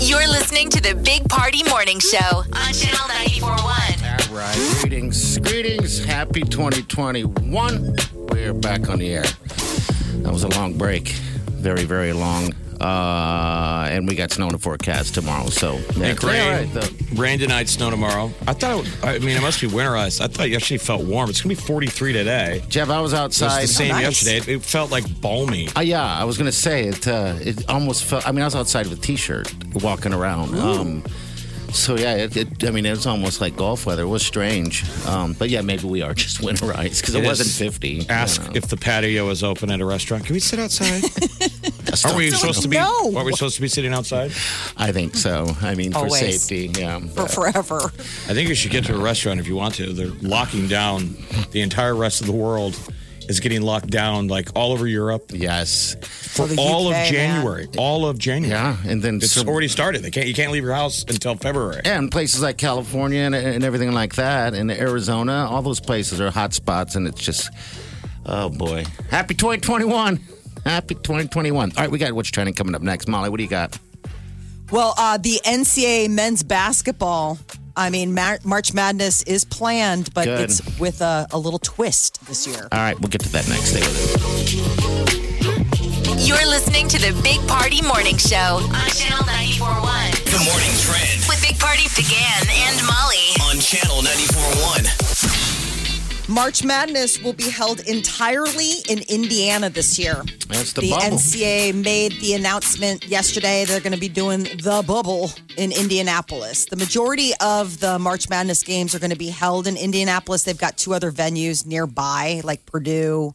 You're listening to the Big Party Morning Show on Channel 941. All right. Greetings. Greetings. Happy 2021. We're back on the air. That was a long break. Very, very long. Uh, and we got snow in the forecast tomorrow. So, yeah, Big rain. it's all right, Rain tonight, snow tomorrow. I thought, it, I mean, it must be winterized. I thought yesterday felt warm. It's going to be 43 today. It though. Jeff, I was was outside. the same yesterday. It, it felt like balmy. Uh, yeah, I was gonna say it. Uh, it almost felt. I mean, I was outside with a t-shirt, walking around. Um, so yeah, it, it, I mean, it was almost like golf weather. It was strange, um, but yeah, maybe we are just winterized because it, wasn't is- fifty. Ask if the patio is open at a restaurant. Can we sit outside? are we supposed to be? No. Are we supposed to be sitting outside? I think so. I mean, for Always. safety. Yeah. for forever. I think you should get to a restaurant if you want to. They're locking down the entire rest of the world is getting locked down like all over Europe yes. for the all of UK, man. January. All of January. Yeah, and then It's some- already started. They can't. You can't leave your house until February. and places like California and, and everything like that, and Arizona, all those places are hot spots, and it's just, oh boy. Happy 2021. Happy 2021. All right, we got what's trending coming up next. Molly, what do you got? Well, uh, the NCAA men's basketball. I mean, Mar- March Madness is planned, but Good. it's with a, a little twist this year. All right, we'll get to that next. Stay with us. You're listening to the Big Party Morning Show on Channel 941 Good morning, Trend with Big Party began and Molly. on Channel 94.1. March Madness will be held entirely in Indiana this year. That's the bubble. NCAA made the announcement yesterday. They're going to be doing the bubble in Indianapolis. The majority of the March Madness games are going to be held in Indianapolis. They've got two other venues nearby, like Purdue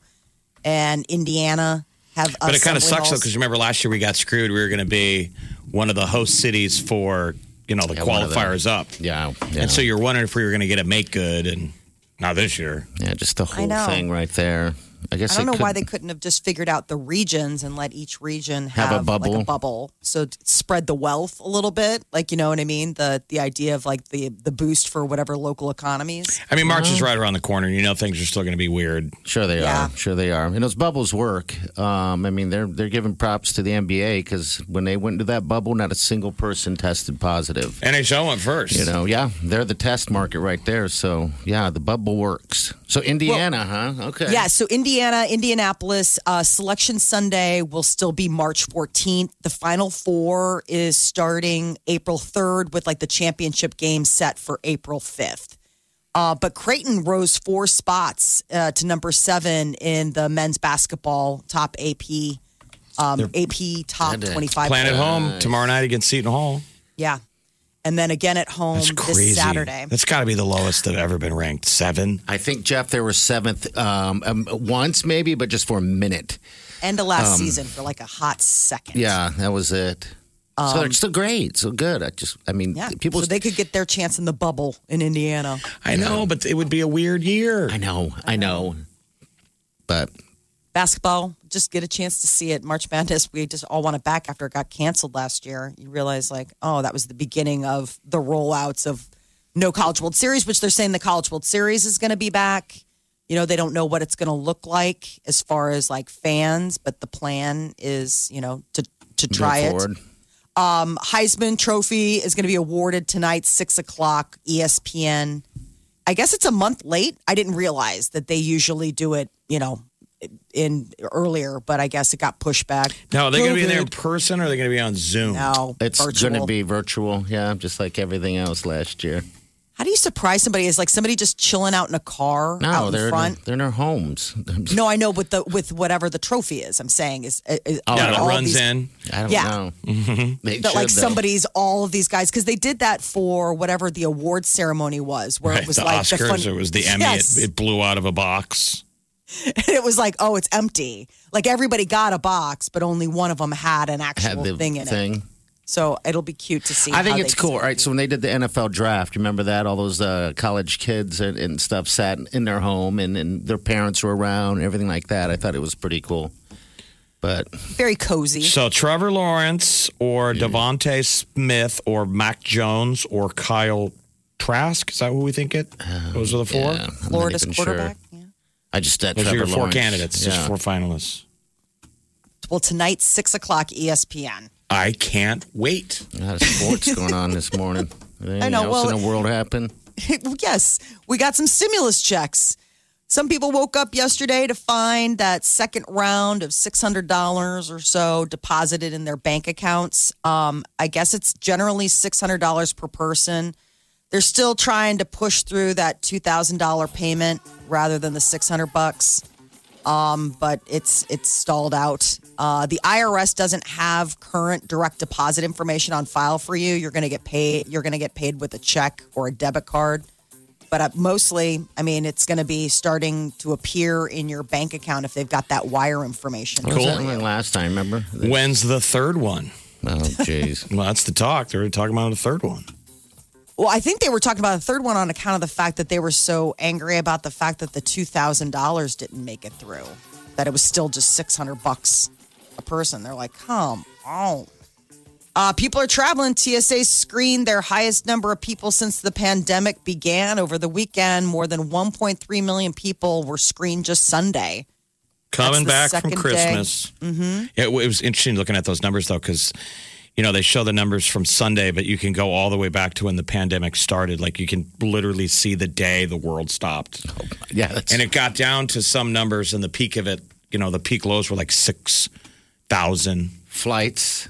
and Indiana. Have But it kind of assembly sucks though, halls. because remember last year we got screwed. We were going to be one of the host cities for you know the Yeah, one of the- qualifiers up, Yeah. yeah. and so you're wondering if we were going to get a make good, and not this year. yeah, just the whole know. thing right there. I guess I don't it know why could- they couldn't have just figured out the regions and let each region have, Have a like bubble. a bubble. So t- spread the wealth a little bit, like you know what I mean. The the idea of like the the boost for whatever local economies. I mean, March is right around the corner. and You know things are still going to be weird. Sure they Yeah. are. Sure they are. And those bubbles work. Um, I mean, they're they're giving props to the NBA because when they went into that bubble, not a single person tested positive. NHL went first. You know, yeah, they're the test market right there. So, yeah, the bubble works. So, Indiana, huh? Okay. Yeah. So Indiana, Indianapolis, uh, Selection Sunday will still be March 14th. The Final Four is starting April 3rd with like the championship game set for April 5th. Uh, but Creighton rose four spots uh, to number seven in the men's basketball top AP, um, AP top Goodness. 25. Plan at home tomorrow night against Seton Hall. Yeah. And then again at home That's crazy. this Saturday. That's got to be the lowest they've ever been ranked. Seven. I think, Jeff, they were seventh um, um, once, maybe, but just for a minute. End of last season for like a hot second. um, Yeah, that was it. so, they're still great. So good. I just, I mean, Um, Yeah. people. so they could get their chance in the bubble in Indiana. I know, but it would be a weird year. I know, I know. But basketball just get a chance to see it march madness we just all want it back after it got canceled last year you realize like oh that was the beginning of the rollouts of no college world series which they're saying the college world series is going to be back you know they don't know what it's going to look like as far as like fans but the plan is you know to to try move it forward. Heisman Trophy is going to be awarded tonight, six o'clock, E ESPN. I guess it's a month late. I didn't realize that they usually do it, you know, in earlier, but I guess it got pushed back. Now, are they going to be there in COVID. person or are they going to be on Zoom? No, It's virtual. going to be virtual. Yeah, just like everything else last year. How do you surprise somebody? Is like somebody just chilling out in a car No, out they're in front? they're in their homes. No, I know with the with whatever the trophy is. I'm saying is, is Yeah, are that all Oh, runs these- in. I don't Yeah. know. Mm-hmm. They that should, like though. somebody's all of these guys because they did that for whatever the award ceremony was, where Right, it was the like Oscars the fun- or it was the Emmy. Yes. It, it blew out of a box. And it was like, oh, it's empty. Like everybody got a box, but only one of them had an actual Had the thing in it. So it'll be cute to see. I how think they it's cool, do it. right? So when they did the NFL draft, remember that all those uh, college kids and, and stuff sat in their home, and, and their parents were around, and everything like that. I thought it was pretty cool. But Very cozy. So Trevor Lawrence or Devonte Smith or Mac Jones or Kyle Trask. Is that who we think it? Those are the four. Um, yeah, I'm not Florida's even quarterback. Sure. Yeah. I just that Those Trevor are your four Lawrence. candidates. Yeah. Just four finalists. Well, tonight, 6 o'clock E ESPN. I can't wait. A lot of sports going on this morning. Anything know, else well- in the world happen? yes, we got some stimulus checks. Some people woke up yesterday to find that second round of $600 or so deposited in their bank accounts. Um, I guess it's generally $600 per person. They're still trying to push through that $2,000 payment rather than the 600 bucks Um, but it's it's stalled out. Uh, the IRS doesn't have current direct deposit information on file for you. You're going to get paid. You're going to get paid with a check or a debit card. But uh, mostly, I mean, it's going to be starting to appear in your bank account if they've got that wire information. What was that like last time, remember? When's the third one? Oh, jeez. Well, that's the talk. They're talking about the third one. Well, I think they were talking about a third one on account of the fact that they were so angry about the fact that the two thousand dollars didn't make it through. That it was still just six hundred bucks a person. They're like, come on. Uh, people are traveling. TSA screened their highest number of people since the pandemic began over the weekend. More than 1.3 million people were screened just Sunday. coming back That's the from second Christmas. Mm-hmm. It, w- it was interesting looking at those numbers though, because you know they show the numbers from Sunday, but you can go all the way back to when the pandemic started. Like you can literally see the day the world stopped, Yeah, that's and it got down to some numbers, and the peak of it, you know, the peak lows were like six thousand. flights.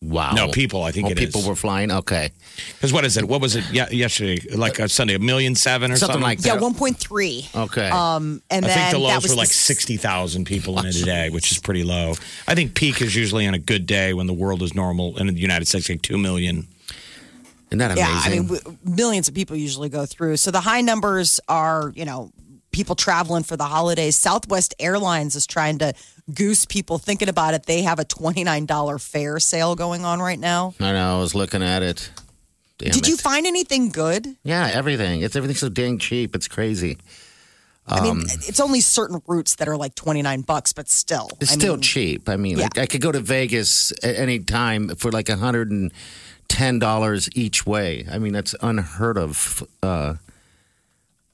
Wow. No, people, I think Oh, it people is. were flying. Okay. Because what is it? What was it? Yeah, yesterday, like a Sunday, a million seven or Something something, like Yeah, that. 1.3. Okay. Um, and I then think the that lows was were the like s- 60,000 people in a day, which is pretty low. I think peak is usually on a good day when the world is normal. And in the United States, like 2 million. Isn't that amazing? Yeah, I mean, w- millions of people usually go through. So the high numbers are, you know, people traveling for the holidays. Southwest Airlines is trying to goose people thinking about it. They have a $29 fare sale going on right now. I know. I was looking at it. Damn Did it. you find anything good? Yeah, everything. It's everything's so dang cheap. It's crazy. I Um, mean, it's only certain routes that are like 29 bucks, but still. It's I still mean, cheap. I mean, Yeah. like, I could go to Vegas at any time for like hundred and ten dollars each way. I mean, that's unheard of. Uh,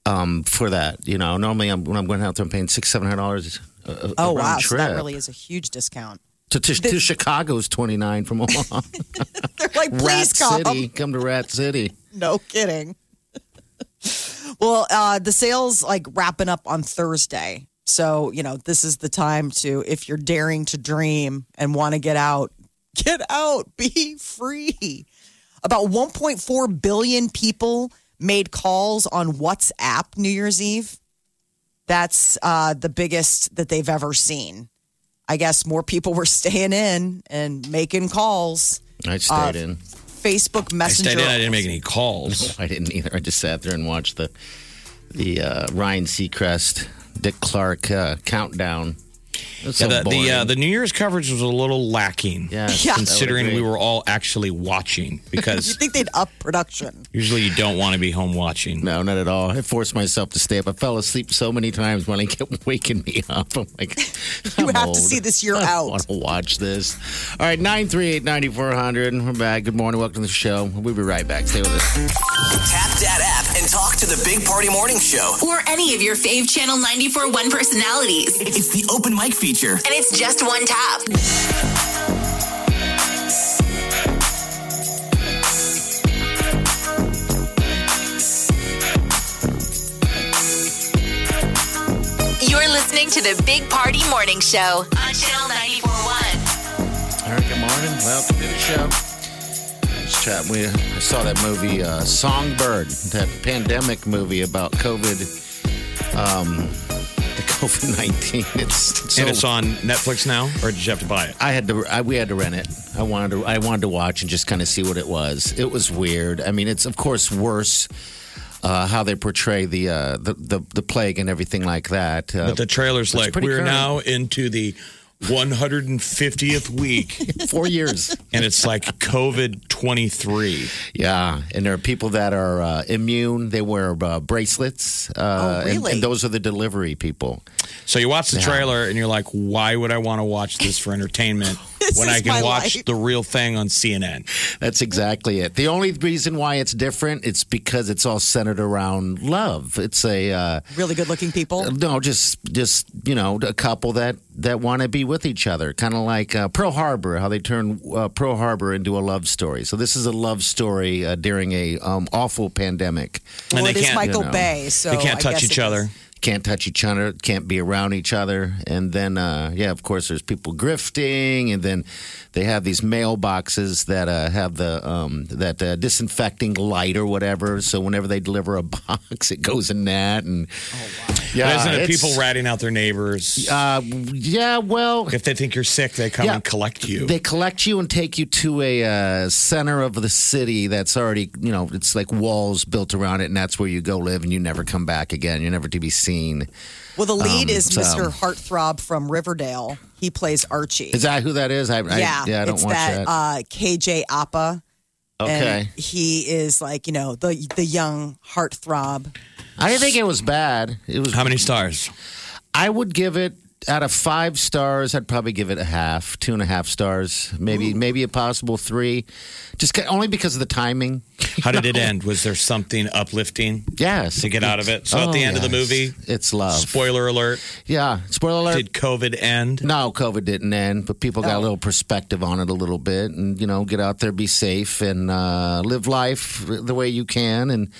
um, for that, you know, normally I'm, when I'm going out there, I'm paying six, seven hundred dollars. uh, Oh, wow. So Trip. that really is a huge discount. to, to, to Chicago's twenty nine from Omaha. They're like, Rat please Oh. come. City, come to Rat City. No kidding. well, uh, the sales like wrapping up on Thursday. So, you know, this is the time to, if you're daring to dream and want to get out, get out, be free. About 1.4 billion people made calls on WhatsApp New Year's Eve. That's uh, the biggest that they've ever seen. I guess more people were staying in and making calls. I stayed in. Facebook I Messenger. stayed in. I didn't make any calls. I didn't either. I just sat there and watched the the uh, Ryan Seacrest, Dick Clark uh, countdown. It was so Yeah, the the, uh, boring. the New Year's coverage was a little lacking. Yes, Yeah. I would Considering agree. we were all actually watching, You because think they'd up production? usually you don't want to be home watching. No, not at all. I forced myself to stay up. I fell asleep so many times when I kept waking me up. I'm like, You I'm have old. to see this year I don't out. want to watch this. All right, 938 9400. We're back. Good morning. Welcome to the show. We'll be right back. Stay with us. Tap that app and talk to the Big Party Morning Show. Or any of your fave Channel 94.1 personalities. And It's the open mic feature. it's just one tap. You're listening to the Big Party Morning Show on Channel 94.1. All right, good morning. Welcome to the show. Let's chat. We, I saw that movie, uh, Songbird, that pandemic movie about COVID. Um, the COVID 19. It's, it's and so- it's on Netflix now, or did you have to buy it? I had to. I, we had to rent it. I wanted to. I wanted to watch and just kind of see what it was. It was weird. I mean, it's of course worse uh, how they portray the, uh, the the the plague and everything like that. Uh, But the trailer's like, pretty we're current." now into the 150th week. four years. and it's like COVID 23. Yeah, and there are people that are uh, immune. They wear uh, bracelets. Uh, Oh, and- really? and those are the delivery people. So you watch the trailer and you're like, why would I want to watch this for entertainment This when is I my can watch life. the real thing on CNN? That's exactly it. The only reason why it's different, it's because it's all centered around love. It's a uh, Really good looking people. no, just just you know, a couple that that want to be with each other, kind of like uh, Pearl Harbor, how they turn uh, Pearl Harbor into a love story. So this is a love story uh, during a um, awful pandemic. Well, And they it is can't- Michael you know, Bay, so they can't I touch guess each it other. is. Can't touch each other, can't be around each other, and then uh, yeah, of course, there's people grifting, and then they have these mailboxes that uh, have the um, that uh, disinfecting light or whatever. So whenever they deliver a box, it goes in that, and yeah, Isn't it it's- people ratting out their neighbors? Uh, yeah, well, if they think you're sick, they come Yeah. and collect you. They collect you and take you to a uh, center of the city that's already, you know, it's like walls built around it, and that's where you go live, and you never come back again. You're never to be seen. Well, the lead Um, is so- Mr. Heartthrob from Riverdale. He plays Archie. Is that who that is? I, I, yeah, I don't it's watch that, that. Uh, KJ Appa. And okay. he is like, you know, the the young heartthrob. I didn't think it was bad. It was. How many stars? I would give it out of five stars. I'd probably give it a half, two and a half stars, maybe maybe a possible three, just ca- only because of the timing. How did it end? Was there something uplifting? Yes, Oh, To get out of it. So at the end of the movie- it's love. Spoiler alert. yeah, spoiler alert. Did COVID end? No, COVID didn't end, but people Oh. got a little perspective on it a little bit, and you know, get out there, be safe, and uh, live life the way you can, and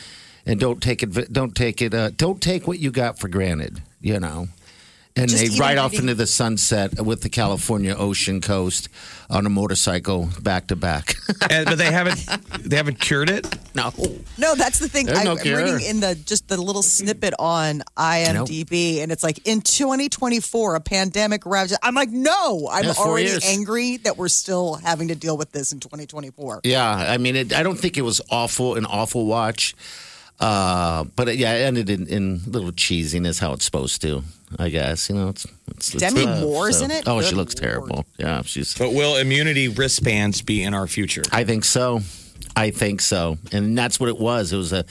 and don't take it, don't take it, uh, don't take what you got for granted, you know. And Just they even ride off reading- into the sunset with the California ocean coast on a motorcycle back to back. And- but they haven't they haven't cured it? no, No, that's the thing. There's I, no am cure. reading in the just the little snippet on IMDb, and it's like in 2024, a pandemic ravages. I'm like, no, I'm Yeah, four already years. angry that we're still having to deal with this in 2024. yeah, I mean, it, I don't think it was awful, an awful watch, uh, but it, yeah, it ended in, in little cheesiness, how it's supposed to, I guess. You know, it's, it's, it's Demi love, Moore's so- in it? Oh, Good she looks Lord. terrible. Yeah, she's. But will immunity wristbands be in our future? I think so. I think so, and that's what it was. It was a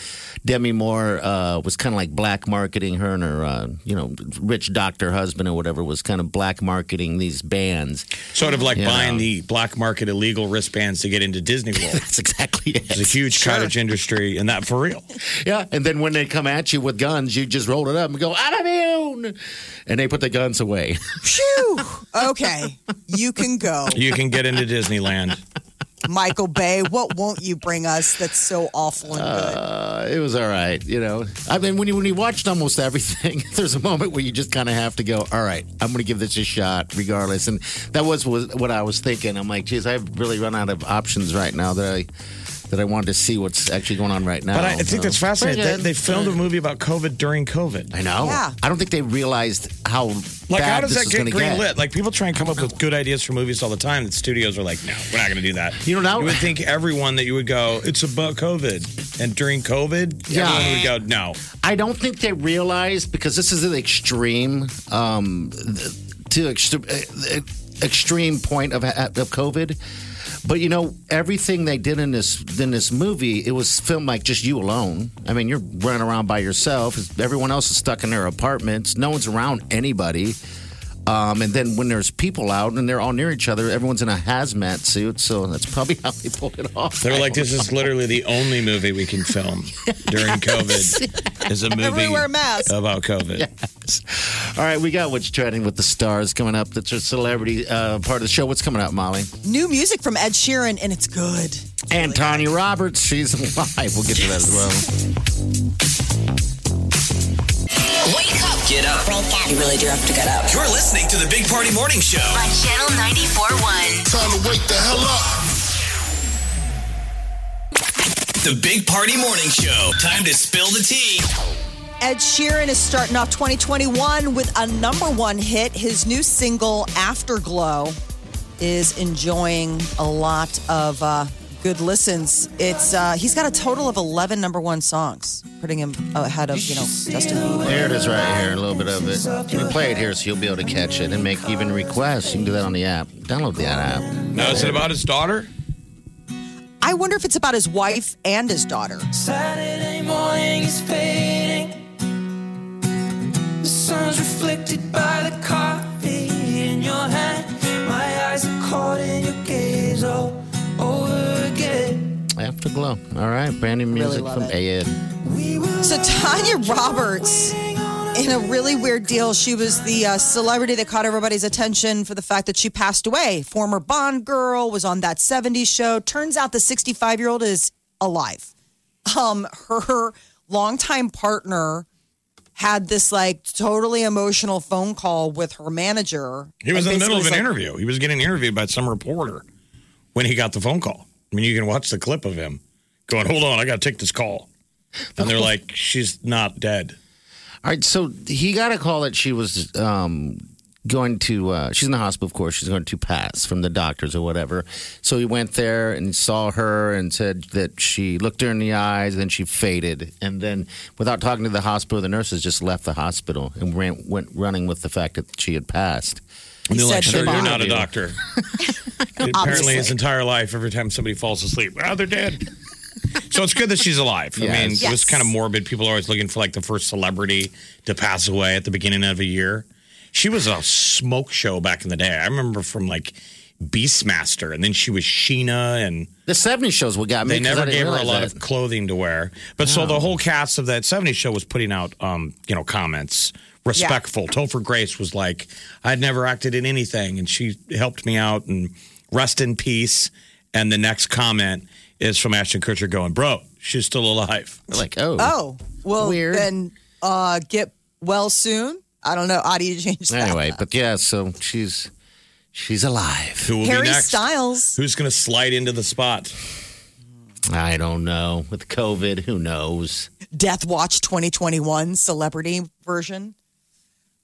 Demi Moore uh, was kind of like black marketing her and her, uh, you know, rich doctor husband or whatever was kind of black marketing these bands. Sort of like Yeah. buying the black market illegal wristbands to get into Disney World. That's exactly It's a it. huge cottage industry, and that for real. Yeah, and then when they come at you with guns, you just roll it up and go, "I'm immune," and they put the guns away. Phew. Okay, you can go, You can get into Disneyland. Michael Bay. What won't you bring us? That's so awful and good. Uh, it was all right, you know. I mean, when you when you watched almost everything, there's a moment where you just kind of have to go, "All right, I'm going to give this a shot, regardless." And that was, was what I was thinking. I'm like, "Geez, I've really run out of options right now that I that I wanted to see what's actually going on right now." But I, I think that's So, fascinating. pretty They, good. they filmed a movie about COVID during COVID. I know. Yeah. I don't think they realized how Like, bad how does this that is gonna get greenlit? Like, people try and come up with good ideas for movies all the time. The studios are like, no, we're not going to do that. You know, now- you would think everyone that you would go, it's about COVID, and during COVID, Yeah. everyone would go, no. I don't think they realized because this is an extreme um, th- to extre- uh, uh, extreme point of of COVID. But you know everything they did in this in this movie, it was filmed like just you alone. I mean, you're running around by yourself. Everyone else is stuck in their apartments. No one's around anybody. Um, and then when there's people out and they're all near each other, everyone's in a hazmat suit. So that's probably how they pulled it off. They were like, this is literally the only movie we can film during COVID is a movie Everyone wear a mask. about COVID. All right, we got what's trending with the stars coming up. That's our celebrity uh, part of the show. What's coming up, Molly? New music from Ed Sheeran, and it's good. And Tanya Roberts, she's alive. We'll get to that as well. Wake up Get up. You really do have to get up. You're listening to the Big Party Morning Show. on Channel 94.1. Time to wake the hell up. The Big Party Morning Show. Time to spill the tea. Ed Sheeran is starting off 2021 with a number one hit. His new single, Afterglow, is enjoying a lot of uh, good listens. It's uh, he's got a total of eleven number one songs, putting him ahead of you know Justin Bieber. There it is right here, a little bit of it. We play it here so you'll be able to catch it and make even requests. You can do that on the app. Download the app. Now, is it about his daughter? I wonder if it's about his wife and his daughter. Saturday morning is fading. The sun's reflected by the coffee in your hand. My eyes are caught in your gaze all over again. Afterglow. All right, brand new music love from Ed. So Tanya Roberts, in a really weird deal, she was the uh, celebrity that caught everybody's attention for the fact that she passed away. Former Bond girl was on that '70s show. Turns out the 65 year old is alive. Um, her longtime partner had this like totally emotional phone call with her manager. He was And in the middle of an basically was like, interview. He was getting interviewed by some reporter when he got the phone call. I mean, you can watch the clip of him going, "Hold on, I got to take this call," and they're like, "She's not dead." All right, so he got a call that she was um, going to, uh, she's in the hospital, of course. She's going to pass from the doctors or whatever. So he went there and saw her and said that she looked her in the eyes, then she faded. And then, without talking to the hospital, the nurses just left the hospital and ran, went running with the fact that she had passed. And they're said like, "Sir, goodbye. you're not a doctor." Apparently, his entire life, every time somebody falls asleep, ah, they're dead. So it's good that she's alive. I mean, it was kind of morbid. People are always looking for like the first celebrity to pass away at the beginning of a year. She was a smoke show back in the day. I remember from like Beastmaster, and then she was Sheena, and The 70s shows what got me. they 'cause I never didn't gave her a realize lot that. of clothing to wear. But so the whole cast of that '70s show was putting out, um, you know, comments respectful. Topher Grace was like, "I'd never acted in anything," and she helped me out. And rest in peace. And the next comment is from Ashton Kutcher going, "Bro, she's still alive." Like, oh. Oh, well, Weird. then uh, get well soon. I don't know. How do you change that? Anyway, but yeah, so she's she's alive. Who will Harry be next? Styles. Who's going to slide into the spot? I don't know. With COVID, who knows? Death Watch 2021 celebrity version.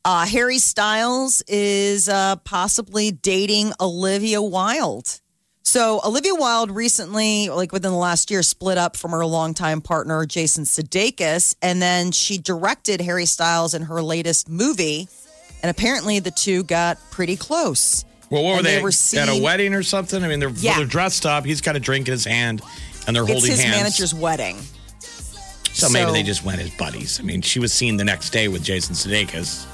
Uh, Harry Styles is uh, possibly dating Olivia Wilde. So Olivia Wilde recently, like within the last year, split up from her longtime partner Jason Sudeikis, and then she directed Harry Styles in her latest movie. And apparently, the two got pretty close. Well, what were And they, they were at a seen- wedding or something? I mean, they're, Yeah. they're dressed up. He's got a drink in his hand, and they're It's holding his hands. manager's wedding. So, maybe So- they just went as buddies. I mean, she was seen the next day with Jason Sudeikis.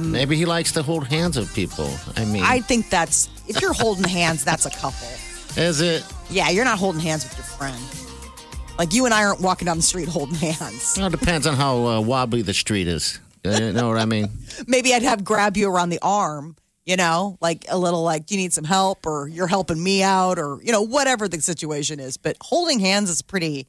Maybe he likes to hold hands of people. I mean, I think that's if you're holding hands, that's a couple. is it? Yeah, you're not holding hands with your friend. Like you and I aren't walking down the street holding hands. Well, it depends on how uh, wobbly the street is. Uh, You know what I mean? Maybe I'd have grab you around the arm, you know, like a little like "Do you need some help or you're helping me out or you know whatever the situation is. But holding hands is pretty.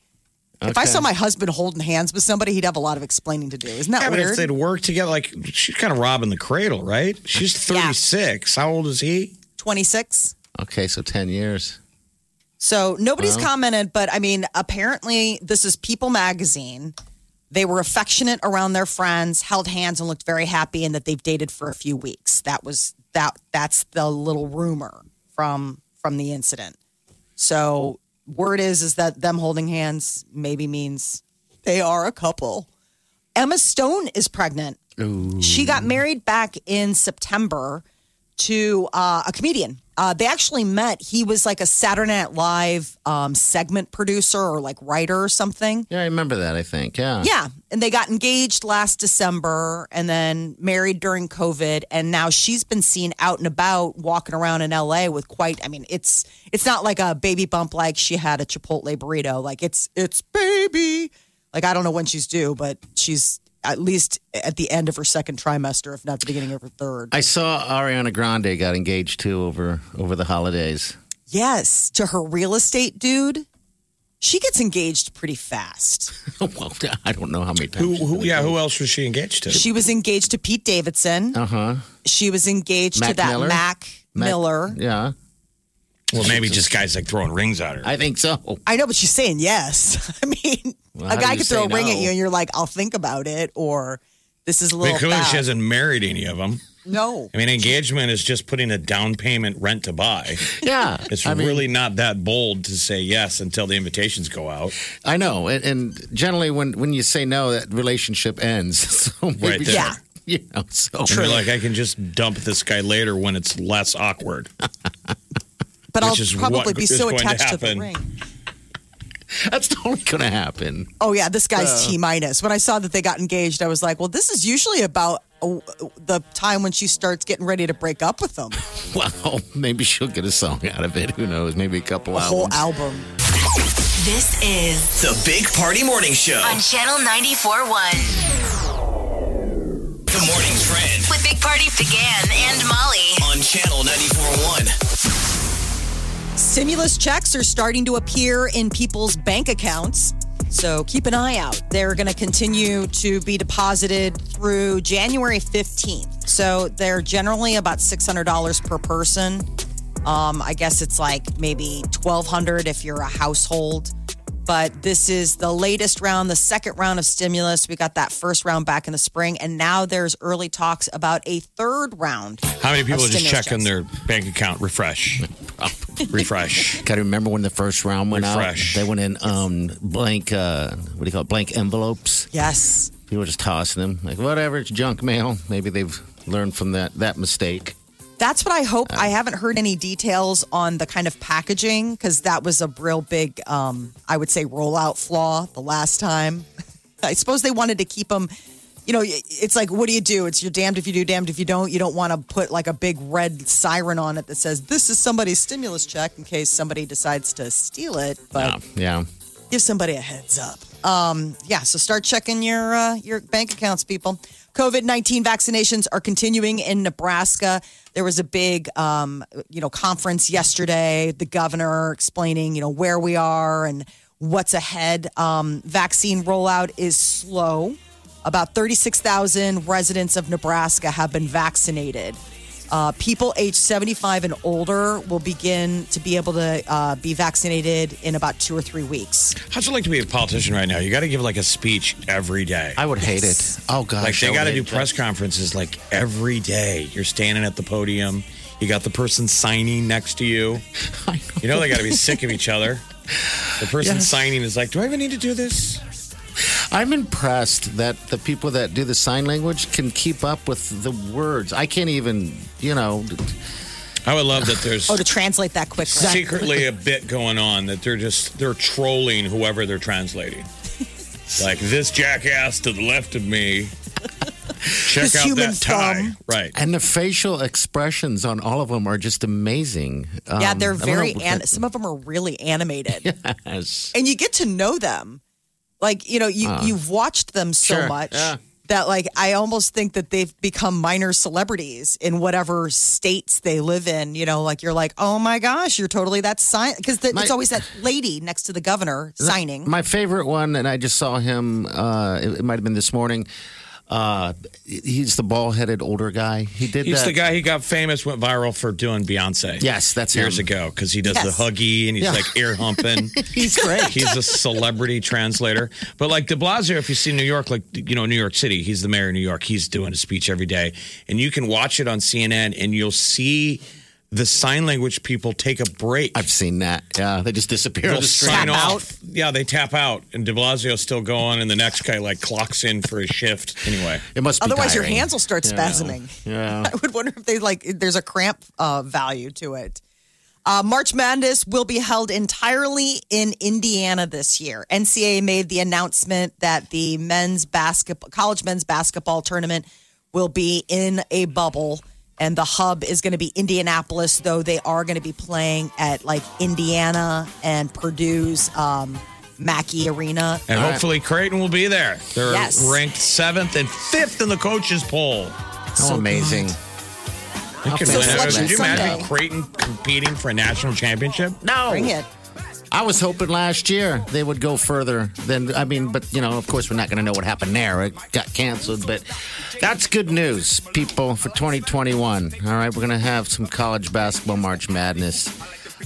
If I Okay. saw my husband holding hands with somebody, he'd have a lot of explaining to do. Isn't that Yeah, but if weird? they'd worked together, like she's kind of robbing the cradle, right? She's 36. How old is he? Twenty six. Okay, so 10 years. So nobody's Wow. commented, but I mean, apparently this is People magazine. They were affectionate around their friends, held hands, and looked very happy, and that they've dated for a few weeks. That was that. That's the little rumor from from the incident. So word is is that them holding hands maybe means they are a couple. Emma Stone is pregnant. She got married back in September to uh, a comedian. Uh, they actually met. He was like a Saturday Night Live um, segment producer or like writer or something. Yeah, I remember that, I think. Yeah. Yeah. And they got engaged last December and then married during COVID. And now she's been seen out and about walking around in LA with quite I mean, it's it's not like a baby bump like she had a Chipotle burrito. Like it's it's baby. Like I don't know when she's due, but she's at least at the end of her second trimester, if not the beginning of her third. I saw Ariana Grande got engaged too over over the holidays. Yes, to her real estate dude. She gets engaged pretty fast. well, I don't know how many times. Who, who? Yeah, who else was she engaged to? She was engaged to Pete Davidson. Uh huh. She was engaged to Mac that Miller? Mac, Miller. Yeah, well, maybe just guys like throwing rings at her. I think so. I know, but she's saying yes. I mean, Well, a how do guy you could throw a say ring no? at you and you're like, I'll think about it, or this is a I mean, little. clearly, foul. she hasn't married any of them. No. I mean, engagement is just putting a down payment rent to buy. Yeah. It's I mean- really not that bold to say yes until the invitations go out. I know, and, and generally when when you say no, that relationship ends. So maybe, Right there. Yeah. you know, so And you're like, I can just dump this guy later when it's less awkward. But I'll Which is probably what be is so going to attached to, the happen. ring. that's totally going to happen. Oh yeah, this guy's Uh. T minus. When I saw that they got engaged, I was like, well, this is usually about uh, the time when she starts getting ready to break up with him. Well, maybe she'll get a song out of it. Who knows? Maybe a couple A whole albums. album. This is The Big Party Morning Show. on Channel 94.1 The Morning Trend with Big Party began and Molly. on Channel 94.1. Stimulus checks are starting to appear in people's bank accounts. So keep an eye out. They're going to continue to be deposited through January 15th. So they're generally about $600 per person. Um, I guess it's like maybe 1200 if you're a household. But this is the latest round, the second round of stimulus. We got that first round back in the spring. And now there's early talks about a third round. How many people Of are just stimulus checking their bank account? Refresh. Refresh. Got to remember when the first round went Refresh. out. They went in um, blank. Uh, what do you call it? Blank envelopes. Yes. People were just tossing them. Like whatever, it's junk mail. Maybe they've learned from that that mistake. That's what I hope. I haven't heard any details on the kind of packaging because that was a real big, um, I would say, rollout flaw the last time. I suppose they wanted to keep them. You know, it's like, what do you do? It's you're damned if you do, damned if you don't. You don't want to put like a big red siren on it that says this is somebody's stimulus check in case somebody decides to steal it. But Yeah. give somebody a heads up. Um, yeah, so start checking your uh, your bank accounts, people. COVID nineteen vaccinations are continuing in Nebraska. There was a big, um, you know, conference yesterday. The governor explaining, you know, where we are and what's ahead. Um, vaccine rollout is slow. About thirty six thousand residents of Nebraska have been vaccinated. Uh, people age 75 and older will begin to be able to uh, be vaccinated in about two or three weeks. How'd you like to be a politician right now? You got to give like a speech every day. I would hate it. Oh gosh. Like I they would got to do hate that. press conferences like every day. You're standing at the podium. You got the person signing next to you. You know they got to be sick of each other. The person signing is like, "Do I even need to do this?" I'm impressed that the people that do the sign language can keep up with the words. I can't even, you know, I would love that. There's Oh, to translate that quickly. secretly a bit going on that they're just they're trolling whoever they're translating. like this jackass to the left of me. Check This out human that tie. thumb. Right. and the facial expressions on all of them are just amazing. Um, yeah, they're I don't very, know, an- some of them are really animated. yes. And you get to know them. Like, you know, you, you've watched them so Uh. Sure, much yeah. that, like, I almost think that they've become minor celebrities in whatever states they live in. You know, like, you're like, oh my gosh, you're totally that sign. Because it's My- always that lady next to the governor signing. My favorite one, and I just saw him. Uh, it, it might have been this morning. Uh, he's the bald-headed older guy. He did. He's that. the guy he got famous, went viral for doing Beyonce. Yes, that's years him. ago because he does Yes. the huggy and he's Yeah. like ear humping. He's great. he's a celebrity translator. But like De Blasio, if you see New York, like you know New York City, he's the mayor of New York. He's doing a speech every day, and you can watch it on CNN, and you'll see the sign language people take a break. I've seen that. Yeah, they just disappear. They'll on the screen. sign off. Yeah, they tap out, and De Blasio's still going, and the next guy like clocks in for his shift. Anyway, It must be Otherwise, your tiring. hands will start spasming. Yeah. I would wonder if they like there's a cramp uh, value to it. Uh, March Madness will be held entirely in Indiana this year. NCAA made the announcement that the men's basketball, college men's basketball tournament will be in a bubble, and the hub is going to be Indianapolis. Though they are going to be playing at like Indiana and Purdue's um, Mackey Arena. and hopefully Creighton will be there. They're Yes. ranked seventh and fifth in the coaches poll. Oh, amazing. They could So win it. selection Could you imagine Sunday. Creighton competing for a national championship? No. Bring it. I was hoping last year they would go further than I mean, but you know, of course, we're not going to know what happened there. It got canceled, but that's good news, people, for 2021. All right, we're going to have some college basketball March Madness. Um,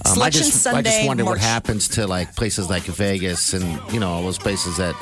I Selection just, I just Sunday, wonder what March- happens to like places like Vegas and you know all those places that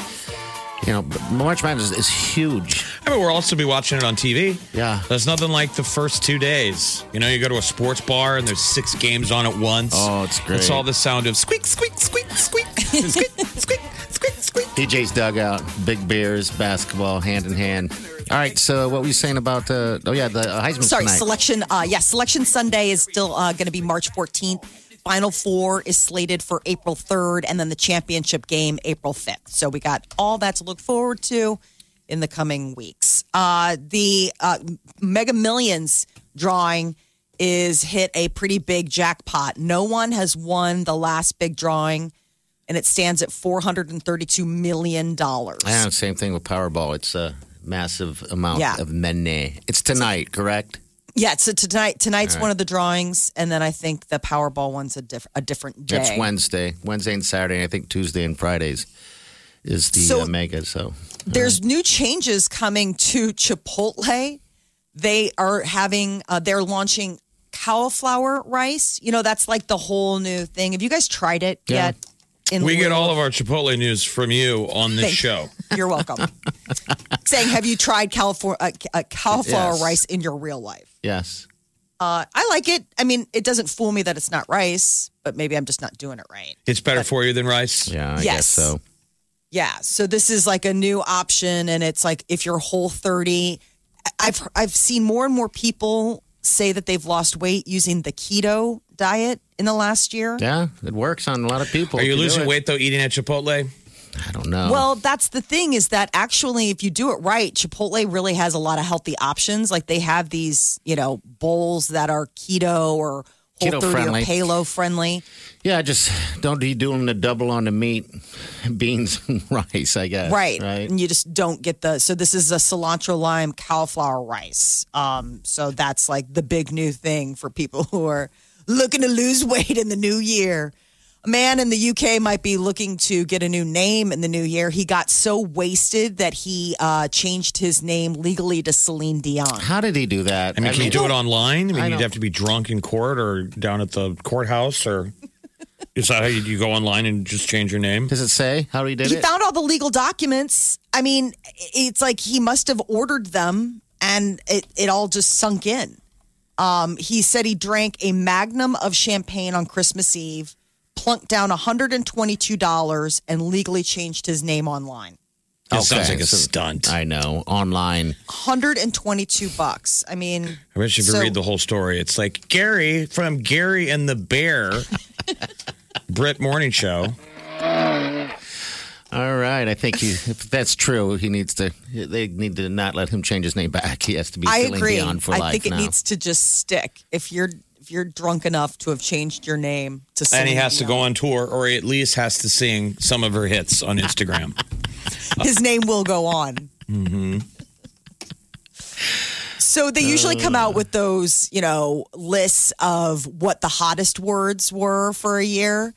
You know, March Madness is huge. I mean, we'll also be watching it on TV. Yeah. There's nothing like the first two days. You know, you go to a sports bar and there's six games on at once. Oh, it's great. It's all the sound of squeak, squeak, squeak, squeak, squeak, squeak, squeak, squeak. DJ's dugout, big beers, basketball, hand in hand. All right, so what were you saying about the? Oh yeah, the Heisman. Sorry, tonight. selection. Uh, yeah, selection Sunday is still uh, going to be March 14th. Final four is slated for April 3rd, and then the championship game April 5th. So we got all that to look forward to in the coming weeks. Uh, the uh, Mega Millions drawing is hit a pretty big jackpot. No one has won the last big drawing, and it stands at 432 million dollars. Yeah, same thing with Powerball. It's a massive amount Yeah. of money. It's tonight, correct? Yeah, so tonight tonight's one of the drawings, and then I think the Powerball one's a, diff- a different day. It's Wednesday, Wednesday and Saturday. And I think Tuesday and Fridays is the So- uh, mega. So There's new changes coming to Chipotle. They are having uh, they're launching cauliflower rice. You know, that's like the whole new thing. Have you guys tried it Yeah. yet? In We get lieu? all of our Chipotle news from you on this Thank- show. You're welcome. Saying, have you tried California uh, uh, cauliflower Yes. rice in your real life? yes, Uh, I like it. I mean, it doesn't fool me that it's not rice, but maybe I'm just not doing it right. It's better for you than rice. yeah, I guess Yes. so. Yeah. So this is like a new option, and it's like if you're whole 30, I've I've seen more and more people say that they've lost weight using the keto diet in the last year. Yeah, it works on a lot of people. Are if you do losing it. weight though eating at Chipotle? I don't know. Well, that's the thing is that actually, if you do it right, Chipotle really has a lot of healthy options. Like they have these, you know, bowls that are keto or whole Keto 30 friendly. or paleo friendly. yeah, just don't be doing the double on the meat, beans and rice. I guess. right. Right. And you just don't get the. So this is a cilantro lime cauliflower rice. Um, so that's like the big new thing for people who are looking to lose weight in the new year. A man in the UK might be looking to get a new name in the new year. He got so wasted that he uh, changed his name legally to Celine Dion. How did he do that? I mean, can you do it don't- online? I mean, I you'd don't- have to be drunk in court or down at the courthouse, or is that how you, you go online and just change your name? Does it say how he did he it? found all the legal documents. I mean, it's like he must have ordered them and it, it all just sunk in. Um, he said he drank a magnum of champagne on Christmas Eve, plunked down $122, and legally changed his name online. It sounds like a stunt. I, I know. Online. 122 bucks. I mean, wish you could So- read the whole story. It's like Gary from Gary and the Bear, Brit Morning Show. All right. I think he, if that's true, he needs to. They need to not let him change his name back. He has to be I Celine agree. Dion for I life think it now. needs to just stick. If you're if you're drunk enough to have changed your name to And he Celine has to go on tour, or he at least has to sing some of her hits on Instagram. his name will go on. Mm-hmm. So they usually come Uh. out with those, you know, lists of what the hottest words were for a year.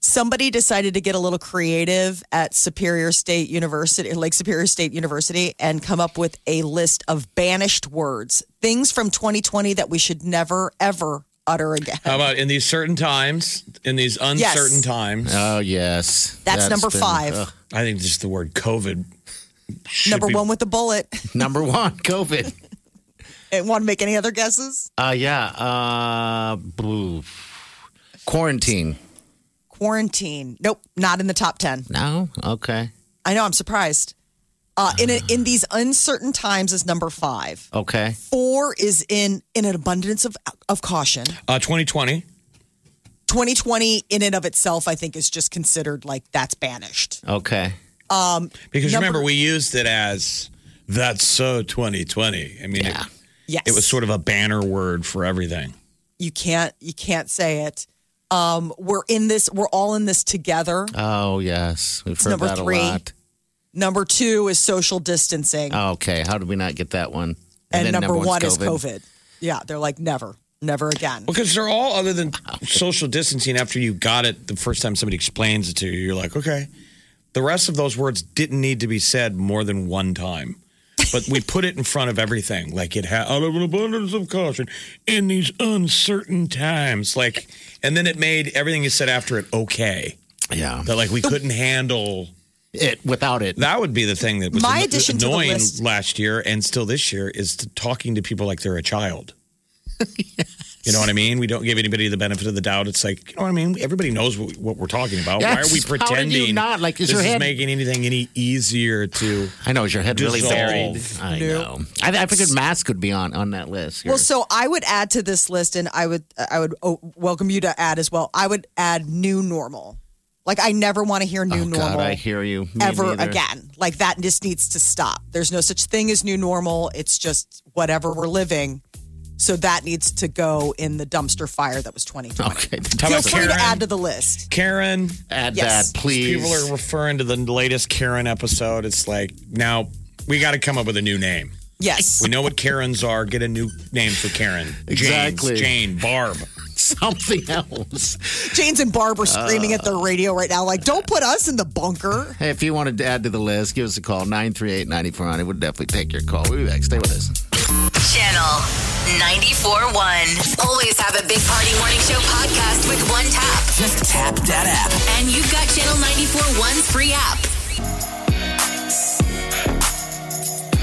Somebody decided to get a little creative at Superior State University, Lake Superior State University, and come up with a list of banished words, things from 2020 that we should never, ever utter again. How about in these certain times, in these uncertain times? oh yes. That's number been- uh, five. ugh. I think just the word COVID. should Number be- one with a bullet. number one. COVID. Want to make any other guesses? Uh, yeah. Uh, boo. quarantine. Quarantine. Nope, not in the top 10. No. Okay. I know. I'm surprised. Uh, in a, in these uncertain times is number five. Okay. Four is in in an abundance of of caution. Uh, 2020. 2020 in and of itself, I think, is just considered like that's banished. Okay. Because Number- remember, we used it as that's so 2020. I mean, it, Yes, it was sort of a banner word for everything. you can't you can't say it. Um, we're in this. We're all in this together. Oh yes, we've heard number that three. a lot. Number two is social distancing, Okay. How did we not get that one? and, Uh, then number, one's one is COVID. Yeah, they're like never, never again. Because they're all other than social distancing. After you got it the first time somebody explains it to you, you're like, okay. The rest of those words didn't need to be said more than one time. But we put it in front of everything. Like it had out of an abundance of caution in these uncertain times. Like, and then it made everything you said after it okay. Yeah. That like we couldn't handle it without it. That would be the thing that was My anno- addition to the annoying list- last year and still this year is to talking to people like they're a child. You know what I mean? We don't give anybody the benefit of the doubt. It's like, you know what I mean? Everybody knows what, what we're talking about. Why Yes. are we How did you pretending not? Like, is this your is head- making anything any easier to I know, is your head really Dissolve. buried? I know. I, I figured mask would be on on that list. here. Well, so I would add to this list, and I would I would oh, welcome you to add as well. I would add new normal. Like I never want to hear new oh, normal God, I hear you. Me ever neither. again. Like that just needs to stop. There's no such thing as new normal. It's just whatever we're living. So that needs to go in the dumpster fire that was 2020. Okay. Feel about free to Karen? add to the list. Karen. Add Yes. that, please. People are referring to the latest Karen episode. It's like, now we got to come up with a new name. Yes. We know what Karens are. Get a new name for Karen. Exactly. James, Jane, Barb. Something else. Jane's and Barb Uh, are screaming at their radio right now, like, don't put us in the bunker. Hey, if you wanted to add to the list, give us a call 938 9400. We'll definitely take your call. We'll be back. Stay with us. Channel 94.1. Always have a Big Party Morning Show podcast with one tap. Just tap that app. And you've got Channel 94.1's free app.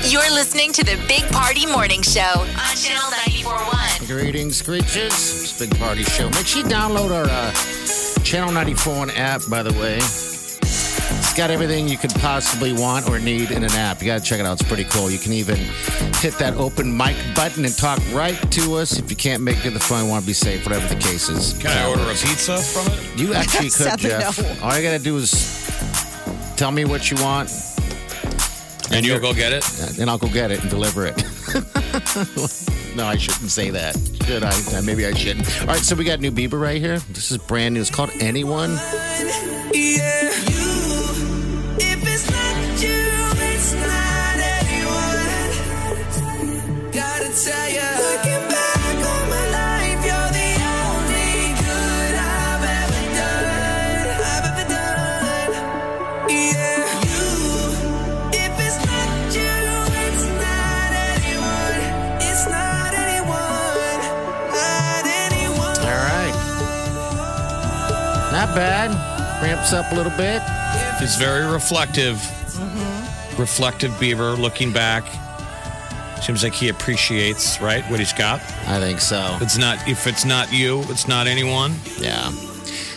You're listening to the Big Party Morning Show on Channel 94.1. Greetings, creatures. It's a big party show. Make sure you download our uh, Channel 94 app, by the way. It's got everything you could possibly want or need in an app. You got to check it out. It's pretty cool. You can even hit that open mic button and talk right to us if you can't make it to the phone, want to be safe, whatever the case is. Can I order a pizza from it? You actually could, Sadly, Jeff. no. All you got to do is tell me what you want, And you'll go get it? and I'll go get it and deliver it. no, I shouldn't say that. Should I? Uh, Maybe I shouldn't. All right, so we got new Bieber right here. This is brand new. It's called Anyone. All right. Not bad. Ramps up a little bit. It's very reflective. Reflective Beaver looking back. Seems like he appreciates, right, what he's got. I think so. It's not if it's not you, it's not anyone. Yeah.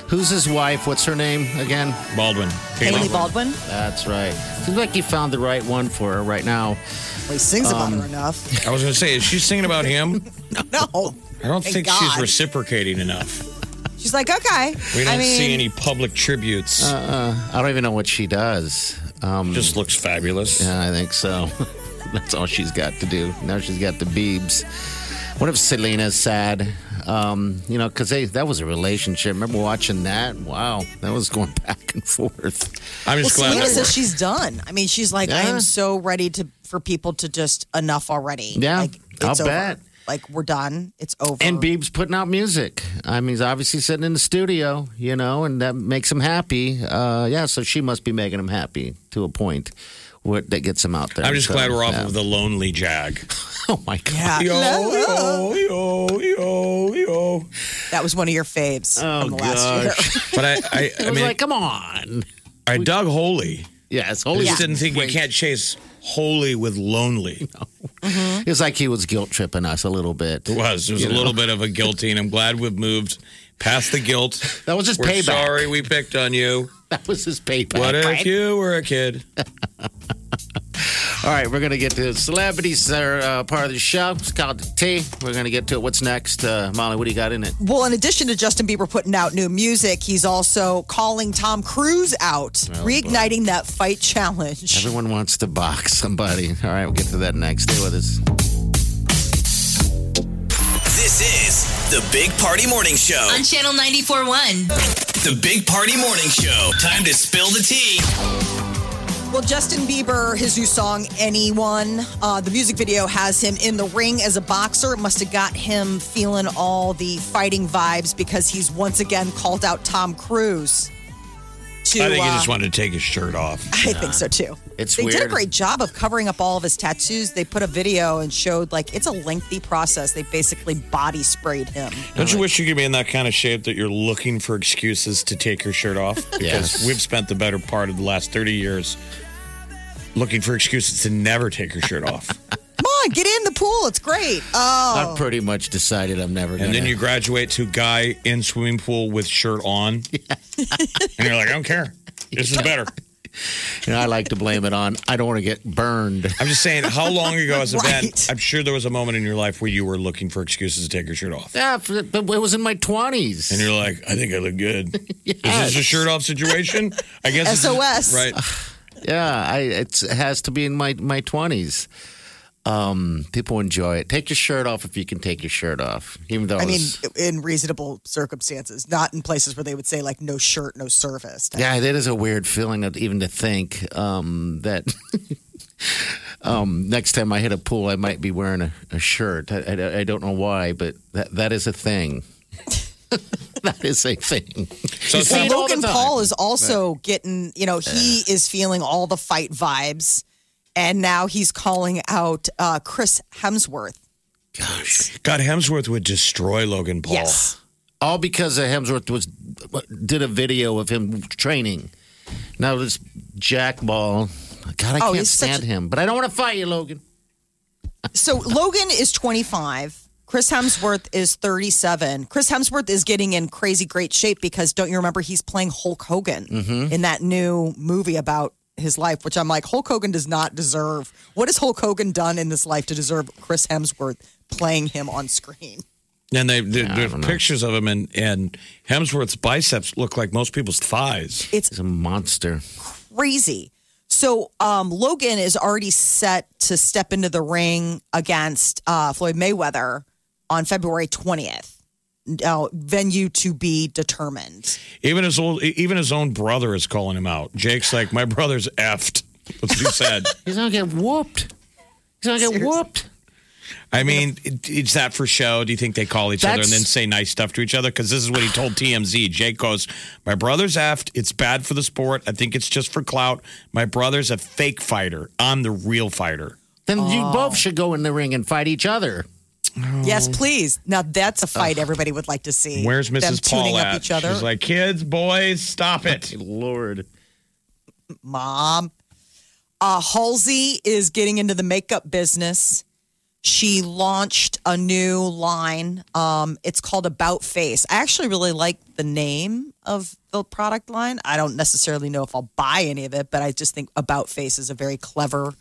Who's his wife? What's her name again? Baldwin. Haley Baldwin. That's right. Seems like you found the right one for her right now. Well, he sings about Um, her enough. I was gonna say, is she singing about him? No. I don't Thank think God. she's reciprocating enough. She's like, okay. We don't I mean, Um, see any public tributes. I don't even know what she does. Just looks fabulous. Yeah, I think so. That's all she's got to do. Now she's got the Biebs. What if Selena's sad? Um, you know, because that was a relationship. Remember watching that? Wow, that was going back and forth. I'm well, just glad. Selena that says we're- she's done. I mean, she's like, I Yeah. am so ready to for people to just enough already. Yeah, Like, I'll it's over. bet. Like, we're done. It's over. And Biebs putting out music. I mean, he's obviously sitting in the studio, you know, and that makes him happy. Uh, yeah, so she must be making him happy to a point where, that gets him out there. I'm just So, glad we're off yeah. of the lonely jag. Oh my god. yeah. yo, yo, yo, yo. That was one of your faves Oh, from the last year. But I, I, It I was mean, like, come on. I dug holy. Yes, I holy. just didn't think you can't chase holy with lonely. It was like he was guilt tripping us a little bit. It was. It was a little bit of a guilty, and I'm glad we've moved past the guilt. That was his We're payback. sorry we picked on you. That was his payback. What if right? you were a kid? All right, we're going to get to celebrities that are uh, part of the show. It's called the T. We're going to get to it. What's next? Uh, Molly, what do you got in it? Well, in addition to Justin Bieber putting out new music, he's also calling Tom Cruise out, Oh, reigniting that fight challenge. Everyone wants to box somebody. All right, we'll get to that next. Stay with us. This is the Big Party Morning Show. On Channel 94.1. The Big Party Morning Show. Time to spill the tea. Well, Justin Bieber, his new song "Anyone," uh, the music video has him in the ring as a boxer. It must have got him feeling all the fighting vibes because he's once again called out Tom Cruise to. I think he uh, just wanted to take his shirt off. I think so too. It's they did a weird. great job of covering up all of his tattoos. They put a video and showed like it's a lengthy process. They basically body sprayed him. Don't you wish you could be in that kind of shape that you're looking for excuses to take your shirt off? Because Yes. we've spent the better part of the last 30 years looking for excuses to never take your shirt off. Come on, get in the pool. It's great. Oh, I've pretty much decided I'm never going and then you graduate to guy in swimming pool with shirt on. and you're like, I don't care. This is better. And I like to blame it on, I don't want to get burned. I'm just saying, how long ago as a man, Right. I'm sure there was a moment in your life where you were looking for excuses to take your shirt off. Yeah, for- but it was in my 20s. And you're like, I think I look good. Is Yes. this a shirt off situation? I guess it's- SOS. right. Yeah, I, it's, it has to be in my, my 20s. Um, people enjoy it. Take your shirt off if you can take your shirt off. Even though I it mean, was- in reasonable circumstances, not in places where they would say like no shirt, no service. Yeah, that is a weird feeling of even to think um, that um, next time I hit a pool, I might be wearing a, a shirt. I, I, I don't know why, but that, that is a thing. that is a thing. So it's see not it all Logan the time. Paul is also getting, you know, he is feeling all the fight vibes, and now he's calling out uh, Chris Hemsworth. God, Hemsworth would destroy Logan Paul. Yes. All because uh, Hemsworth was did a video of him training. Now this Jack Ball, God, I Oh, can't he's such stand a- him. But I don't want to fight you, Logan. So Logan is 25. Chris Hemsworth is 37. Chris Hemsworth is getting in crazy great shape because don't you remember he's playing Hulk Hogan in that new movie about his life, which I'm like, Hulk Hogan does not deserve. What has Hulk Hogan done in this life to deserve Chris Hemsworth playing him on screen? And they, they there's pictures of him, and, and Hemsworth's biceps look like most people's thighs. He's a monster. crazy. So um, Logan is already set to step into the ring against uh, Floyd Mayweather on February 20th. Now, venue to be determined. Even his old, e, even his own brother is calling him out. Jake's like, my brother's effed. That's what you said. He's gonna get whooped. He's gonna get whooped. I mean, it- is that for show? Do you think they call each other and That's- then say nice stuff to each other? Because this is what he told TMZ. Jake goes, "My brother's effed. It's bad for the sport. I think it's just for clout. My brother's a fake fighter. I'm the real fighter." Then you both should go in the ring and fight each other. Yes, please. Now that's a fight everybody would like to see. Where's Them Mrs. tuning Paul up at? each other? She's like, "Kids, boys, stop it." Lord. Mom. Uh, Halsey is getting into the makeup business. She launched a new line. Um, it's called About Face. I actually really like the name of the product line. I don't necessarily know if I'll buy any of it, but I just think About Face is a very clever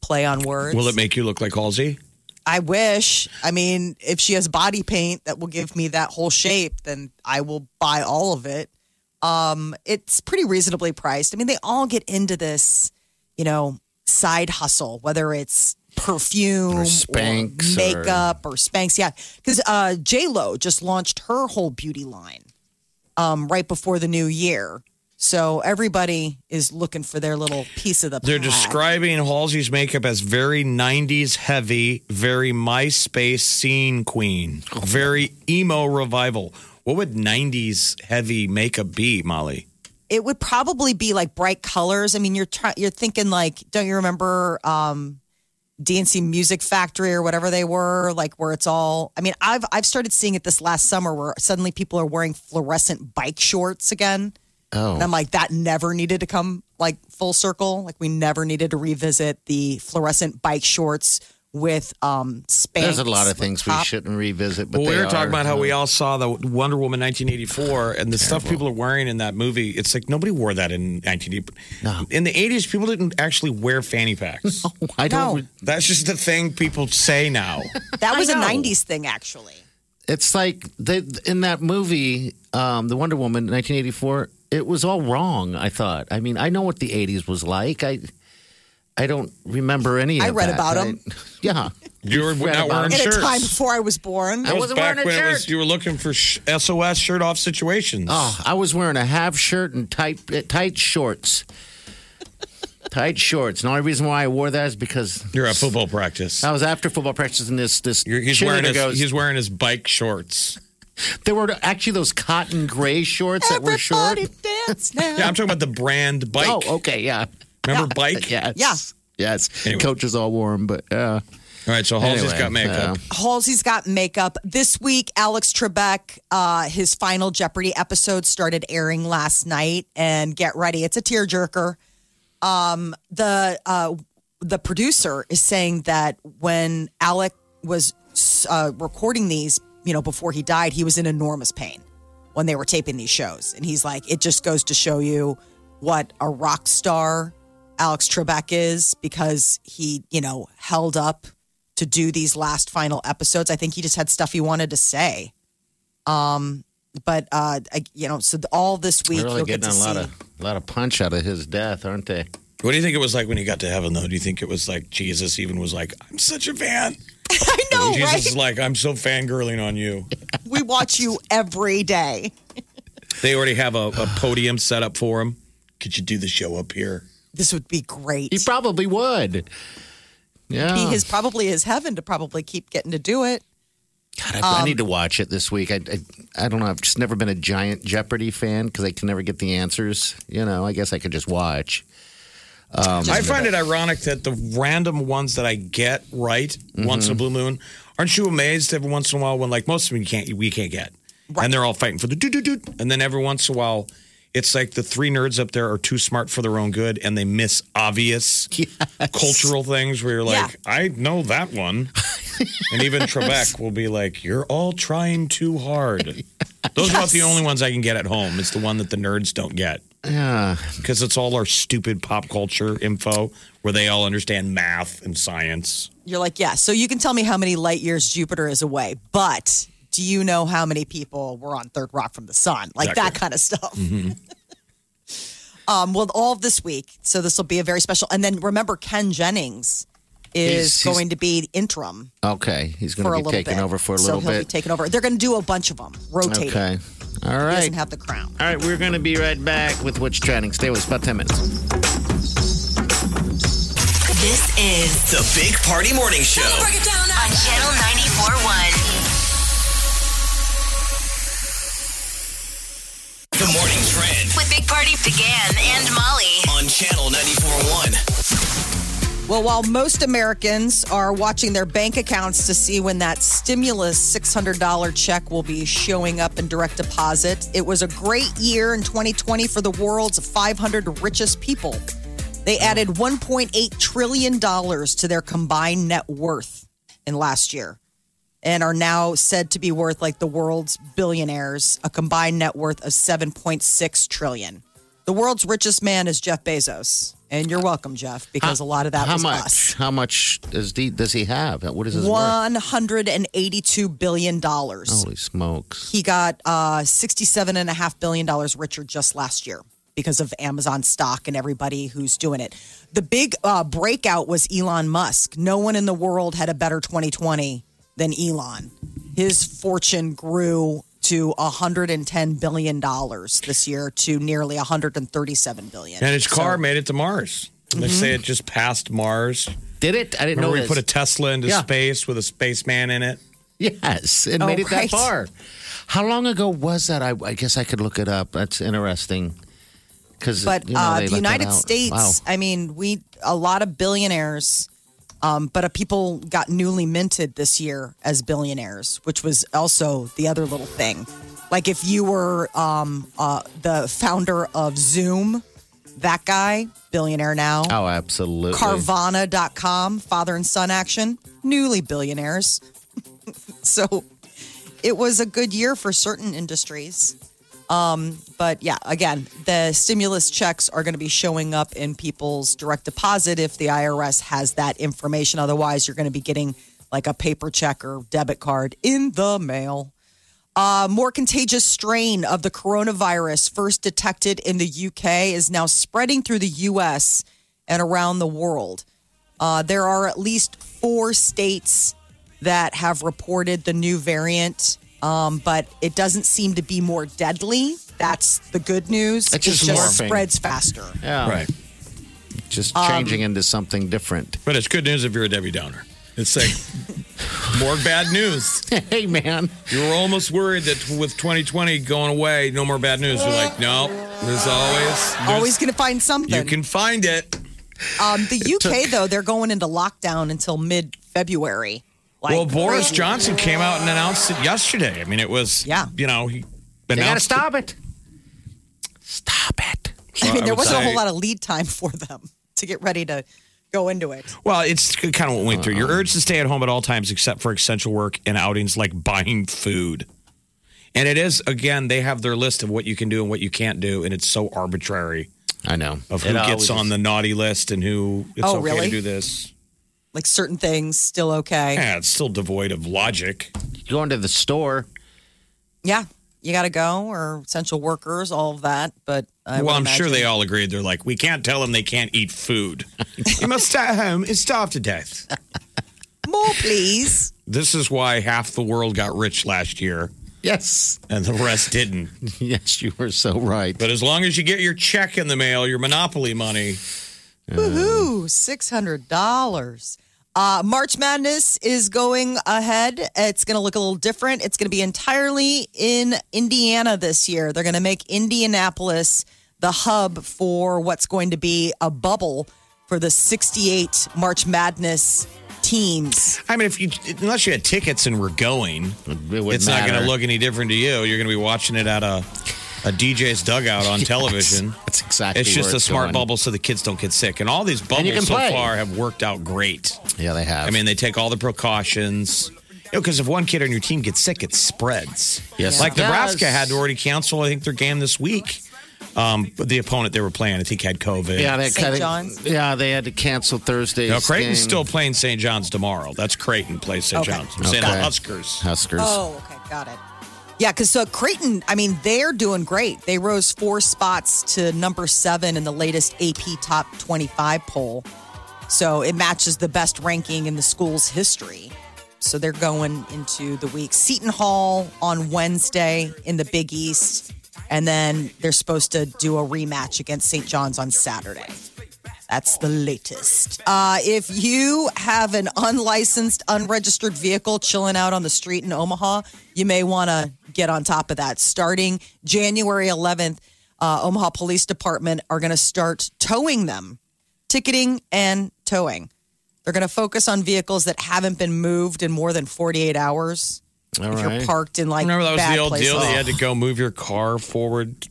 play on words. Will it make you look like Halsey? I wish. I mean, if she has body paint that will give me that whole shape, then I will buy all of it. Um, it's pretty reasonably priced. I mean, they all get into this, you know, side hustle, whether it's perfume, Or Spanx or- makeup, or, Spanx. Yeah, because uh, J Lo just launched her whole beauty line um, right before the new year. So everybody is looking for their little piece of the. They're pie. describing Halsey's makeup as very 90s heavy, very MySpace scene queen, very emo revival. What would 90s heavy makeup be, Molly? it would probably be like bright colors. I mean, you're try- you're thinking like, don't you remember um, DNC Music Factory or whatever they were like, where it's all. I mean, I've I've started seeing it this last summer where suddenly people are wearing fluorescent bike shorts again. Oh. And I'm like, that never needed to come like full circle. Like we never needed to revisit the fluorescent bike shorts with um spanks. There's a lot of things we top. shouldn't revisit. But Well, we they were talking are, about how we uh, all saw the Wonder Woman 1984 and the stuff people are wearing in that movie. It's like nobody wore that in 1980. In the 80s, people didn't actually wear fanny packs. I don't. No. That's just the thing people say now. That was a I know. '90s thing, actually. It's like they, in that movie, um, the Wonder Woman, 1984. It was all wrong. I thought. I mean, I know what the 80s was like. I, I don't remember any. I of read that. about I- 'em. yeah, You were Read not about wearing it. At shirts. a time before I was born. I That wasn't wearing a when it shirt. was- you were looking for sh- SOS shirt off situations. Oh, I was wearing a half shirt and tight uh, tight shorts. tight shorts. And the only reason why I wore that is because You're at football practice. I was after football practice, and this this You're, he's, wearing cheerleader his, goes, he's wearing his bike shorts. There were actually those cotton gray shorts that were short. Everybody dance now. Yeah, I'm talking about the brand bike. Oh, okay, yeah. Remember bike? Yes. Yeah. Yes. Anyway. Coaches all warm, but uh, yeah. All right, so Halsey's Anyway, got makeup. yeah. Halsey's got makeup. This week, Alex Trebek, uh, his final Jeopardy episode started airing last night. And get ready, it's a tearjerker. Um, the uh, the producer is saying that when Alec was uh, recording these, you know, before he died, he was in enormous pain when they were taping these shows, and he's like, it just goes to show you what a rock star Alex Trebek is because he, you know, held up to do these last final episodes. I think he just had stuff he wanted to say. Um, but uh, I, you know, so all this week They're really you'll get getting to a lot see- of a lot of punch out of his death, aren't they? What do you think it was like when he got to heaven, though? Do you think it was like Jesus even was like, I'm such a fan? I Oh, know, Jesus right? is like, I'm so fangirling on you. We watch you every day. They already have a, a podium set up for him. Could you do the show up here? This would be great. He probably would. Yeah. He is probably his heaven to probably keep getting to do it. God, I, I need um, to watch it this week. I, I I don't know. I've just never been a giant Jeopardy fan because I can never get the answers. You know, I guess I could just watch. I find it ironic that the random ones that I get right once in a blue moon, aren't you amazed every once in a while when like most of them you can't we can't get, and they're all fighting for the doo doo doo, and then every once in a while. It's like the three nerds up there are too smart for their own good, and they miss obvious cultural things. Where you're like, I know that one, and even Trebek will be like, "You're all trying too hard." Those are about the only ones I can get at home. It's the one that the nerds don't get Yeah. because it's all our stupid pop culture info where they all understand math and science. You're like, yeah, so you can tell me how many light years Jupiter is away, but do you know how many people were on Third Rock from the Sun? Like that Exactly. kind of stuff. Mm-hmm. um, well, all of this week. So this will be a very special. And then remember, Ken Jennings is He's- he's- going to be interim Okay. He's for a going to little be taking bit. over for a so little he'll be bit. taking over. They're going to do a bunch of them, rotating. okay. All He right. doesn't have the crown. All right. We're going to be right back with what's trending. Stay with us about ten minutes. This is The Big Party Morning Show. Break It Down on Channel 94.1. The Morning Trend With Big Party began and Molly. on Channel 94.1. Well, while most Americans are watching their bank accounts to see when that stimulus $600 check will be showing up in direct deposit, it was a great year in 2020 for the world's 500 richest people. They added $1.8 trillion to their combined net worth in last year and are now said to be worth like the world's billionaires a combined net worth of 7.6 trillion the world's richest man is jeff bezos and you're welcome jeff because a lot of that How was much? us How much does he, does he have? What is his worth? Oh, 182 billion dollars Holy smokes! he got uh, 67 and a half billion dollars richer just last year because of amazon stock and everybody who's doing it the big uh, breakout was elon musk no one in the world had a better 2020 than elon his fortune grew to 110 billion dollars this year to nearly 137 billion And his car made it to Mars. They say it just passed Mars. Did Mm-hmm. it? I didn't Remember, know we this. put a Tesla into Yeah. space with a spaceman in it. Yes, it Oh, made it right. that far. How long ago was that? I, I guess I could look it up. That's interesting. Because but you know, uh, they the let that United out. States, Wow. I mean, we a lot of billionaires, um, but uh, people got newly minted this year as billionaires, which was also the other little thing. Like if you were um, uh, the founder of Zoom, that guy, billionaire now. Oh, absolutely. Carvana.com, father and son action, newly billionaires. so it was a good year for certain industries. Um, but yeah, again, the stimulus checks are going to be showing up in people's direct deposit if the IRS has that information. Otherwise, you're going to be getting like a paper check or debit card in the mail. A more contagious strain of the coronavirus, first detected in the UK, is now spreading through the US and around the world. Uh, there are at least four states that have reported the new variant, um, but it doesn't seem to be more deadly. That's the good news. It's it just just morphing. spreads faster. Yeah. Right. um, Just changing into something different. But it's good news if you're a Debbie Downer. It's like More bad news. hey, man. You were almost worried that with 2020 going away, no more bad news. You're like, no, there's always. there's- Always going to find something. You can find it. um, the UK, though, they're going into lockdown until mid February. Like, well, Boris Johnson came out and announced it yesterday. I mean, it was, Yeah. you know, he They got to announced stop it. Stop it. I mean, I there would wasn't a whole say- lot of lead time for them to get ready to go into it. Well, it's kind of what we went through. You're urged to stay at home at all times except for essential work and outings like buying food. And it is, again, they have their list of what you can do and what you can't do. And it's so arbitrary I know. of who gets on the naughty list and who it's Oh, okay really? to do this. Like certain things, still okay. Yeah, it's still devoid of logic. Going to the store. Yeah, you got to go or essential workers, all of that. But I well, would I'm sure imagine- they all agreed. They're like, we can't tell them they can't eat food. you must stay at home and starve to death. more, please. This is why half the world got rich last year Yes. and the rest didn't. Yes, you were so right. But as long as you get your check in the mail, your monopoly money, Woohoo! Six hundred dollars. Uh, March Madness is going ahead. It's going to look a little different. It's going to be entirely in Indiana this year. They're going to make Indianapolis the hub for what's going to be a bubble for the 68 March Madness teams. I mean, if you unless you had tickets and were going, wouldn't it's not going matter. to look any different to you. You're going to be watching it at a a DJ's dugout on television. That's exactly. It's just where a smart going. bubble so the kids don't get sick. And all these you bubbles can so play. far have worked out great. Yeah, they have. I mean, they take all the precautions. Because if one kid on your team gets sick, it spreads. Yes, like it does. Nebraska had to already cancel, I think, their game this week. Um, but the opponent they were playing, I think, had COVID. yeah, they, St. I think- John's? Yeah, they had to cancel Thursday. No, Creighton's still playing St. John's tomorrow. That's Creighton plays St. Okay. John's. I'm saying Okay. the Huskers. Huskers. Oh, okay, got it. Yeah, because so Creighton, I mean, they're doing great. They rose four spots to number seven in the latest AP Top 25 poll. So it matches the best ranking in the school's history. So they're going into the week. Seton Hall on Wednesday in the Big East. And then they're supposed to do a rematch against St. John's on Saturday. That's the latest. Uh, if you have an unlicensed, unregistered vehicle chilling out on the street in Omaha, you may want to get on top of that. Starting January 11th, uh, Omaha Police Department are going to start towing them, ticketing and towing. They're going to focus on vehicles that haven't been moved in more than 48 hours. All if right. you're parked in like Remember that was bad the old places. deal that you had to go move your car forward,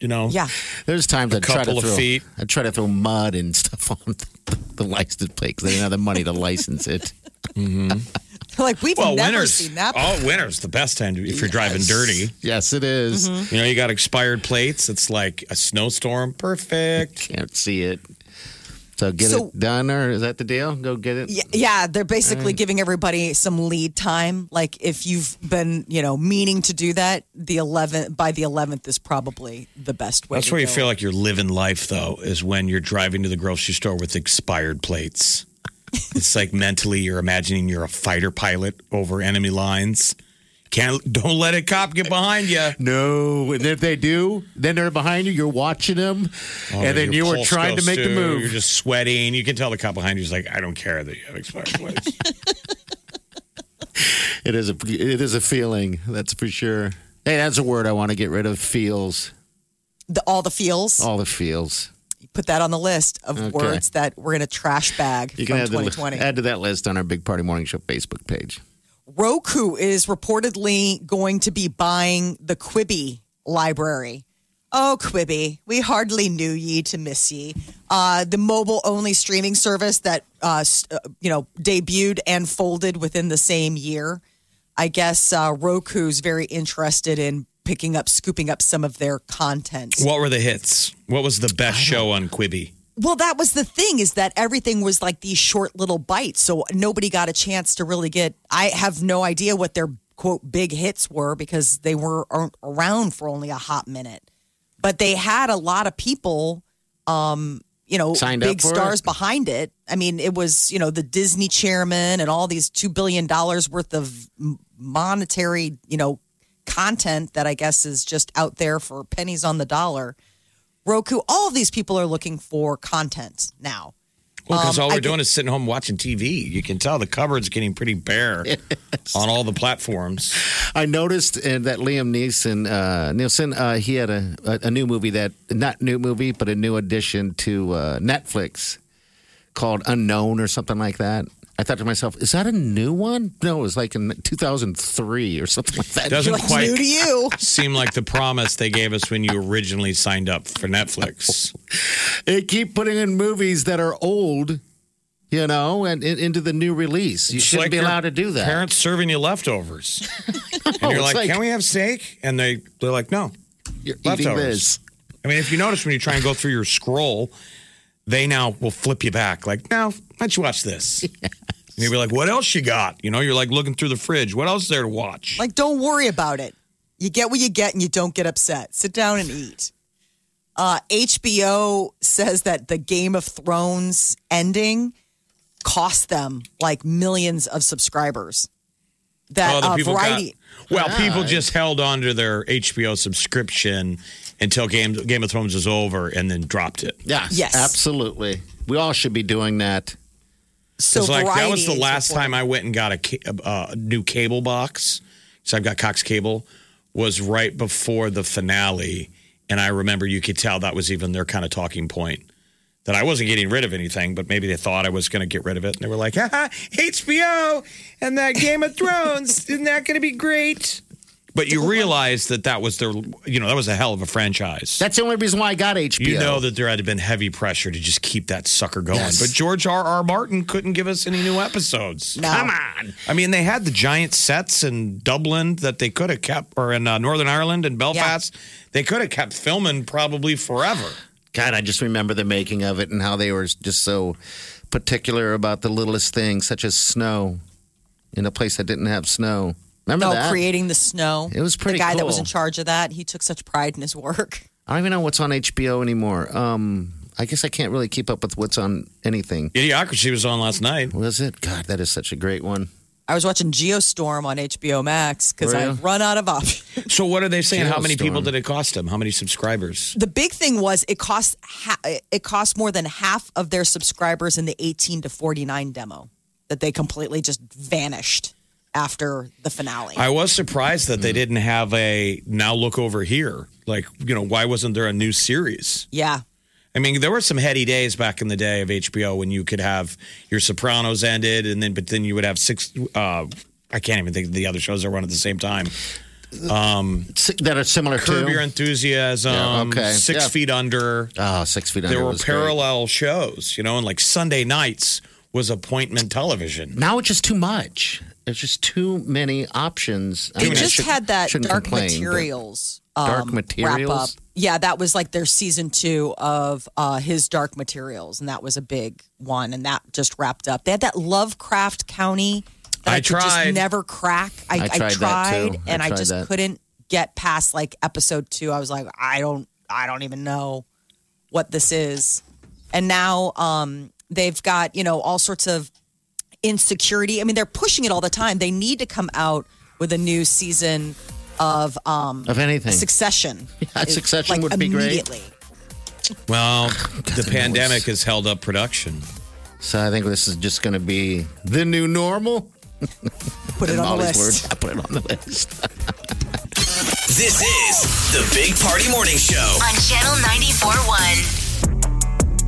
you know? yeah. There's times I try to couple of throw, feet. I try to throw mud and stuff on the, the license plate because they didn't have the money to license it. like we've Well, never winter's seen that. oh, winter's the best time to, if you're driving dirty. Yes, it is. Mm-hmm. You know, you got expired plates. It's like a snowstorm. Perfect. Can't see it. So get So- it done, or is that the deal? Go get it. Yeah, yeah, they're Mm. basically giving everybody some lead time. Like if you've been, you know, meaning to do that, the 11th by the 11th is probably the best way. That's to where you go. feel like you're living life, though, is when you're driving to the grocery store with expired plates. it's like mentally you're imagining you're a fighter pilot over enemy lines. Can't don't let a cop get behind you. No, and if they do, then they're behind you. You're watching them, and then you Your were Oh, pulse trying to goes make the too. You're move. just sweating. You can tell the cop behind you is like, I don't care that you have expired plates. It is a it is a feeling. That's for sure. Hey, that's a word I want to get rid of. Feels the, all the feels. Oh. all the feels. Put that on the list of Okay. words that we're going to trash bag You from can add, the, 2020. add to that list on our Big Party Morning Show Facebook page. Roku is reportedly going to be buying the Quibi library. Oh, Quibi, we hardly knew ye to miss ye. Uh, the mobile only streaming service that, uh, s- uh, you know, debuted and folded within the same year. I guess uh, Roku's very interested in picking up, scooping up some of their content. what were the hits? Um, What was the best show on Quibi? Well, that was the thing is that everything was like these short little bites. So nobody got a chance to really get. I have no idea what their quote big hits were because they were aren't around for only a hot minute. But they had a lot of people, um, you know, Signed up big for stars it? behind it. I mean, it was, you know, the Disney chairman and all these $2 billion worth of m- monetary, you know, content that I guess is just out there for pennies on the dollar. Roku, all of these people are looking for content now. Well, because all I we're doing is sitting home watching TV. You can tell the cupboard's getting pretty bare on all the platforms. I noticed uh, that Liam Neeson, uh, Nielsen, uh, he had a, a, a new movie that not new movie, but a new addition to uh, Netflix called Unknown or something like that. I thought to myself, is that a new one? No, it was like in 2003 or something like that. Doesn't New quite to you. seem like the promise they gave us when you originally signed up for Netflix. They keep putting in movies that are old, you know, and, and into the new release. You It's shouldn't like be your allowed to do that. Parents serving you leftovers. Oh, And you're it's like, can we have steak? And they, they're like, no. You're eating this. leftovers? I mean, if you notice when you try and go through your scroll, they now will flip you back. Like, no, why don't you watch this? And you'll be like, what else you got? You know, you're like looking through the fridge. What else is there to watch? Like, don't worry about it. You get what you get and you don't get upset. Sit down and eat. Uh, HBO says that the Game of Thrones ending cost them like millions of subscribers. That Oh, the uh, people variety. got- well, people just held on to their HBO subscription until Game, Game of Thrones was over and then dropped it. Yes, Yes. absolutely. We all should be doing that. So It's like that was Variety the is last reporting- time I went and got a ca- uh, new cable box. So I've got Cox Cable. Was right before the finale, and I remember you could tell that was even their kind of talking point that I wasn't getting rid of anything, but maybe they thought I was going to get rid of it, and they were like, "Haha, HBO and that Game of Thrones isn't that going to be great?" But you realize that that was their, you know, that was a hell of a franchise. That's the only reason why I got HBO. You know that there had been heavy pressure to just keep that sucker going. Yes. But George R. R. Martin couldn't give us any new episodes. No. Come on. I mean, they had the giant sets in Dublin that they could have kept, or in uh, Northern Ireland and Belfast. They could have kept filming probably forever. God, I just remember the making of it and how they were just so particular about the littlest things, such as snow, in a place that didn't have snow. Remember No, that? creating the snow. It was pretty The guy that was cool. in charge of that, he took such pride in his work. I don't even know what's on HBO anymore. Um, I guess I can't really keep up with what's on anything. Idiocracy was on last night. Was it? God, that is such a great one. I was watching Geostorm on HBO Max because Were you? I've run out of options. So, what are they saying? How many people Geostorm. did it cost them? How many subscribers? the big thing was it cost ha- it cost more than half of their subscribers in the 18 to 49 demo that they completely just vanished after the finale. I was surprised that they didn't have a now look over here. Like, you know, why wasn't there a new series? yeah. I mean, there were some heady days back in the day of HBO when you could have your Sopranos ended, and then but then you would have six. Uh, I can't even think of the other shows that run at the same time. Si- That are similar Curb to. Your Enthusiasm, Yeah, okay. Six Yeah. Feet Under. oh, Six Feet Under. There were was great. parallel shows, you know, and like Sunday nights was appointment television. Now it's just too much. There's just too many options. I They mean, I just shouldn't- had that shouldn't Dark complain, but- Materials Dark um, Materials? wrap up. Yeah, that was like their season 2 of uh, his Dark Materials and that was a big one and that just wrapped up. They had that Lovecraft County that I, I could just tried. never crack. I, I tried that, too. I and I, tried just that. couldn't get past like episode 2. I was like I don't I don't even know what this is. And now um they've got, you know, all sorts of insecurity. I mean, they're pushing it all the time. They need to come out with a new season of um, Of anything. Succession. Yeah, Succession Like, would be great. immediately. Well, the noise. pandemic has held up production. So I think this is just going to be the new normal. Put it on the Molly's list. words. I put it on the list. This is the Big Party Morning Show. on Channel 94.1.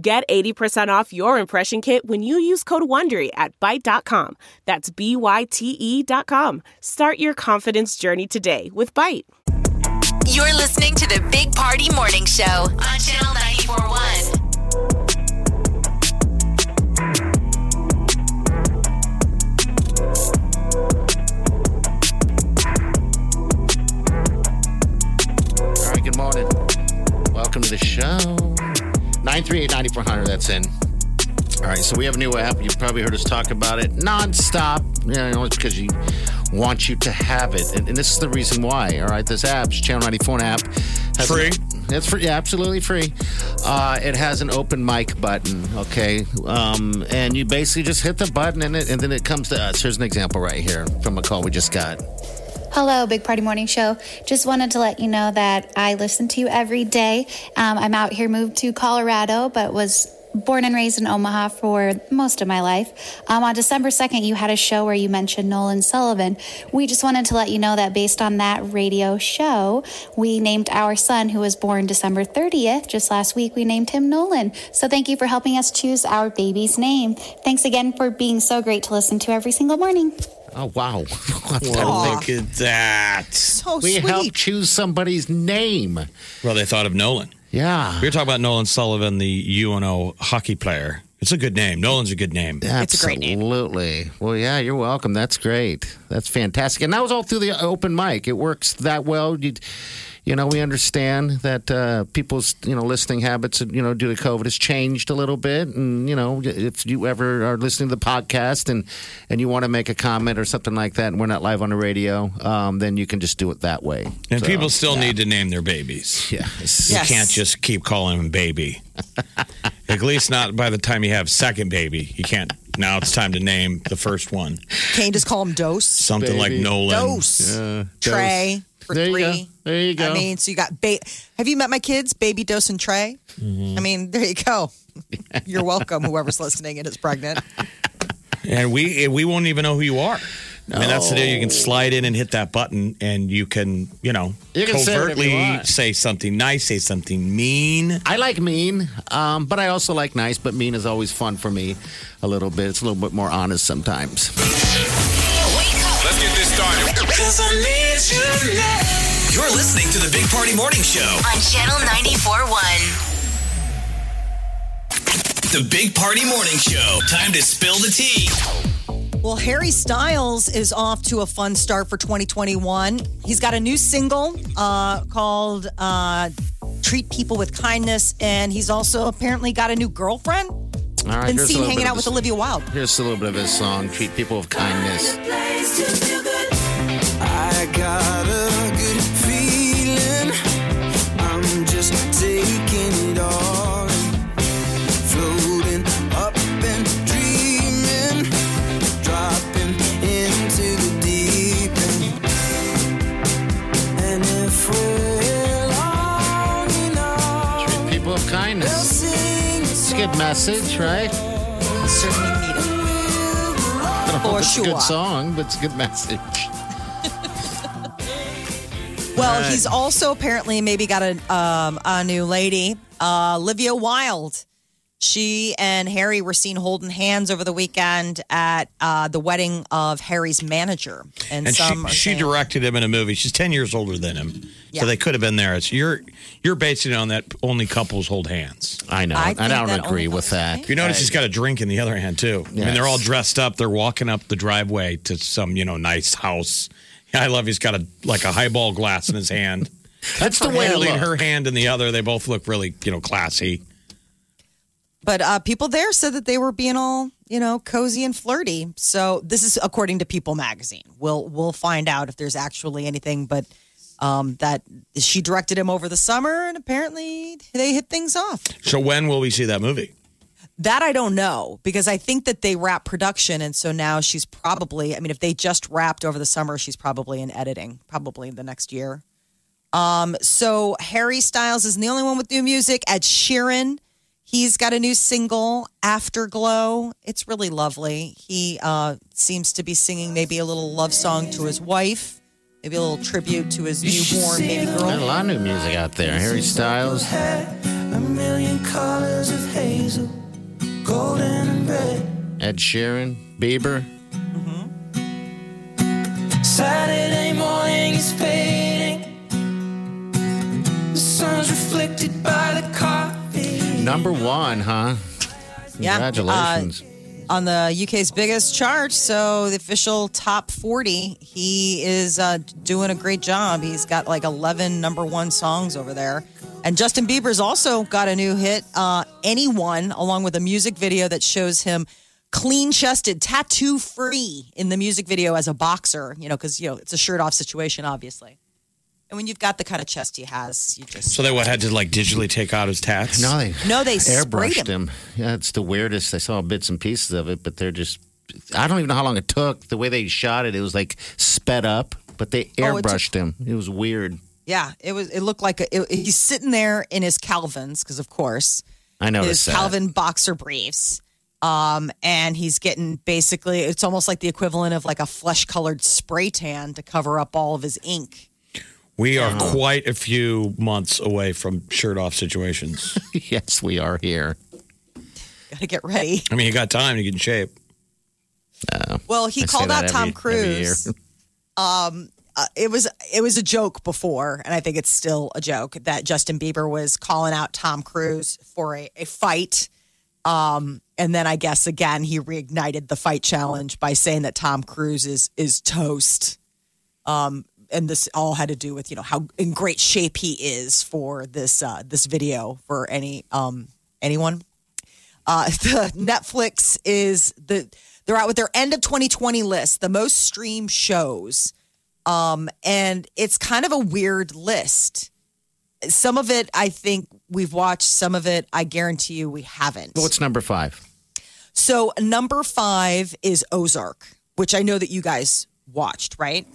Get 80% off your impression kit when you use code WONDERY at Byte.com. That's B-Y-T-E E dot com. Start your confidence journey today with Byte. You're listening to the Big Party Morning Show on Channel 94.1. 9400, that's in. All right, so we have a new app. You've probably heard us talk about it nonstop. You know, it's because you want you to have it. And, and this is the reason why. All right, this app, Channel 94 app. has- Free? it's free, yeah, absolutely free. Uh, it has an open mic button, okay? Um, and you basically just hit the button and, it, and then it comes to us. Here's an example right here from a call we just got. Hello, Big Party Morning Show. Just wanted to let you know that I listen to you every day. Um, I'm out here, moved to Colorado, but was born and raised in Omaha for most of my life. Um, on December 2nd, you had a show where you mentioned Nolan Sullivan. We just wanted to let you know that based on that radio show, we named our son, who was born December 30th, just last week, we named him Nolan. So thank you for helping us choose our baby's name. Thanks again for being so great to listen to every single morning. Oh, wow. Well, look at that. So we helped choose somebody's name. Well, they thought of Nolan. Yeah. We were talking about Nolan Sullivan, the UNO hockey player. It's a good name. Nolan's a good name. Absolutely. Well, yeah, you're welcome. That's great. That's fantastic. And that was all through the open mic. It works that well. You, you know, we understand that uh, people's you know listening habits, you know, due to COVID, has changed a little bit. And you know, if you ever are listening to the podcast and and you want to make a comment or something like that, and we're not live on the radio, um, then you can just do it that way. And So, people still need to name their babies. Yes. You Yes. can't just keep calling them baby. At least not by the time you have second baby. You can't. Now it's time to name the first one. Can you just call him Dose? Something like Nolan. Dose. Trey. For There you three. go. There you go. I mean, so you got. Ba- Have you met my kids, Baby Dose and Trey? Mm-hmm. I mean, there you go. You're welcome, whoever's listening and is pregnant. And we we won't even know who you are. I mean, that's the day you can slide in and hit that button, and you can, you know, You can say whatever covertly you want. say something nice, say something mean. I like mean, um, but I also like nice. But mean is always fun for me, a little bit. It's a little bit more honest sometimes. Let's get this started. You're listening to the Big Party Morning Show. On Channel 94.1. The Big Party Morning Show. Time to spill the tea. Well, Harry Styles is off to a fun start for 2021. He's got a new single uh, called uh, Treat People with Kindness, and he's also apparently got a new girlfriend. All right, Been here's a seen little hanging bit of out with this- Olivia Wilde. Here's a little bit of his song, Treat People with Kindness. I got a good feeling. I'm just taking it all in. Floating up and dreaming. Dropping into the deep end. And if we're long enough, Treat People with we'll Kindness. sing a It's a good message, right? Certainly need it. I don't know For if it's a sure. good song, but it's a good message. Well, Right. he's also apparently maybe got a um, a new lady, uh, Olivia Wilde. She and Harry were seen holding hands over the weekend at uh, the wedding of Harry's manager, and, and some are she, she saying- directed him in a movie. She's ten years older than him, Yeah. so they could have been there. It's you're you're basing it on that only couples hold hands. I know, I and I think don't that agree with that. If you notice, he's got a drink in the other hand too. I mean, they're all dressed up. They're walking up the driveway to some you know nice house. I love he's got a like a highball glass in his hand. That's the way to Handling look. her hand in the other, they both look really you know classy. But uh, people there said that they were being all you know cozy and flirty. So this is according to People magazine. We'll we'll find out if there's actually anything, but. Um, that she directed him over the summer, and apparently they hit things off. So when will we see that movie? That I don't know because I think that they wrap production, and so now she's probably. I mean, if they just wrapped over the summer, she's probably in editing, probably the next year. Um, so Harry Styles is the only one with new music. Ed Sheeran, he's got a new single, Afterglow. It's really lovely. He uh, seems to be singing maybe a little love song to his wife, maybe a little tribute to his newborn baby There's girl. a lot of new music out there. Harry Styles. A million colors of hazel, golden and red. Ed Sheeran, Bieber. Saturday morning is fading. The sun's reflected by the coffee. Number one, huh? Yeah, uh, Congratulations. on the UK's biggest chart. So the official top 40, he is uh, doing a great job. He's got like 11 number one songs over there. And Justin Bieber's also got a new hit, uh, Anyone, along with a music video that shows him clean chested, tattoo free in the music video as a boxer, you know, because, you know, it's a shirt off situation, obviously. And when you've got the kind of chest he has, you just. So they what, had to like digitally take out his tats? No, they, No, they sprayed airbrushed him. Yeah, it's the weirdest. I saw bits and pieces of it, but they're just. I don't even know how long it took. The way they shot it, it was like sped up, but they Oh, it took- airbrushed him. It was weird. Yeah, it was. It looked like a, it, he's sitting there in his Calvin's because, of course, I his noticed that. Calvin boxer briefs, um, and he's getting basically. It's almost like the equivalent of like a flesh-colored spray tan to cover up all of his ink. We are quite a few months away from shirt off situations. yes, we are here. Gotta get ready. I mean, you got time to get in shape. Well, he I say called that out Tom every- every year. Cruise. Um, uh, it was it was a joke before, and I think it's still a joke that Justin Bieber was calling out Tom Cruise for a, a fight. Um, and then I guess again he reignited the fight challenge by saying that Tom Cruise is is toast. Um, and this all had to do with you know how in great shape he is for this uh, this video for any um, anyone uh, the Netflix is the they're out with their end of 2020 list, the most streamed shows, um, and it's kind of a weird list. Some of it I think we've watched, some of it I guarantee you we haven't. What's number five? So number five is Ozark, which I know that you guys watched, right?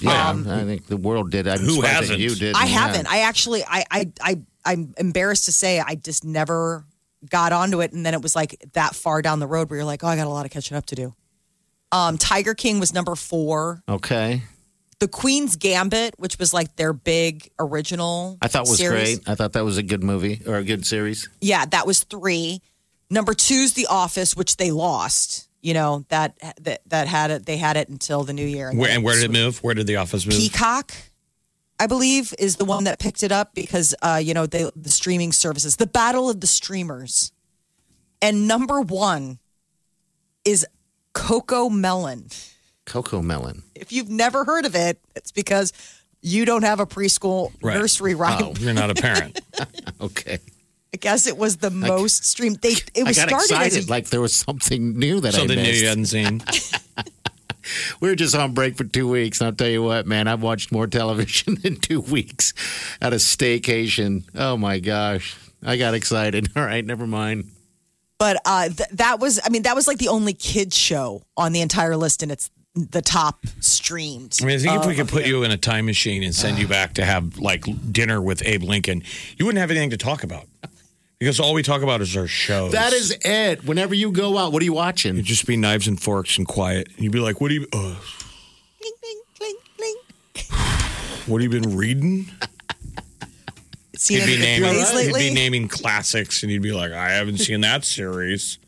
Yeah, I think the world did. I'm Who surprised that hasn't? You did. Um, I haven't. I actually, I, I, I, I'm embarrassed to say, I just never got onto it. And then it was like that far down the road where you're like, oh, I got a lot of catching up to do. Um, Tiger King was number four. Okay. The Queen's Gambit, which was like their big original. I thought it was series. great. I thought that was a good movie or a good series. Yeah, that was three. Number two's The Office, which they lost. You know that that that had it. They had it until the new year. Where, then and where did it move? Where did the office move? Peacock, I believe, is the one that picked it up because uh, you know they, the streaming services, the battle of the streamers, and number one is Coco Melon. Coco Melon. If you've never heard of it, it's because you don't have a preschool Right. nursery rhyme. Oh, you're not a parent. okay. I guess it was the most streamed. They it was I got started excited as a, like there was something new that Something I new missed. you hadn't seen. we were just on break for two weeks, and I'll tell you what, man, I've watched more television in two weeks at a staycation. Oh my gosh, I got excited. All right, never mind. but uh, th- that was I mean that was like the only kid show on the entire list, and it's the top streamed. I mean, I think if uh, we could put you in a time machine and send you back to have like dinner with Abe Lincoln, you wouldn't have anything to talk about because all we talk about is our shows. That is it. Whenever you go out, what are you watching? It'd just be knives and forks and quiet. You'd be like, "What do you? Uh, What have you been reading? Seen he'd, be any good naming, plays he'd lately? be naming classics, and he'd be like, "I haven't seen that series.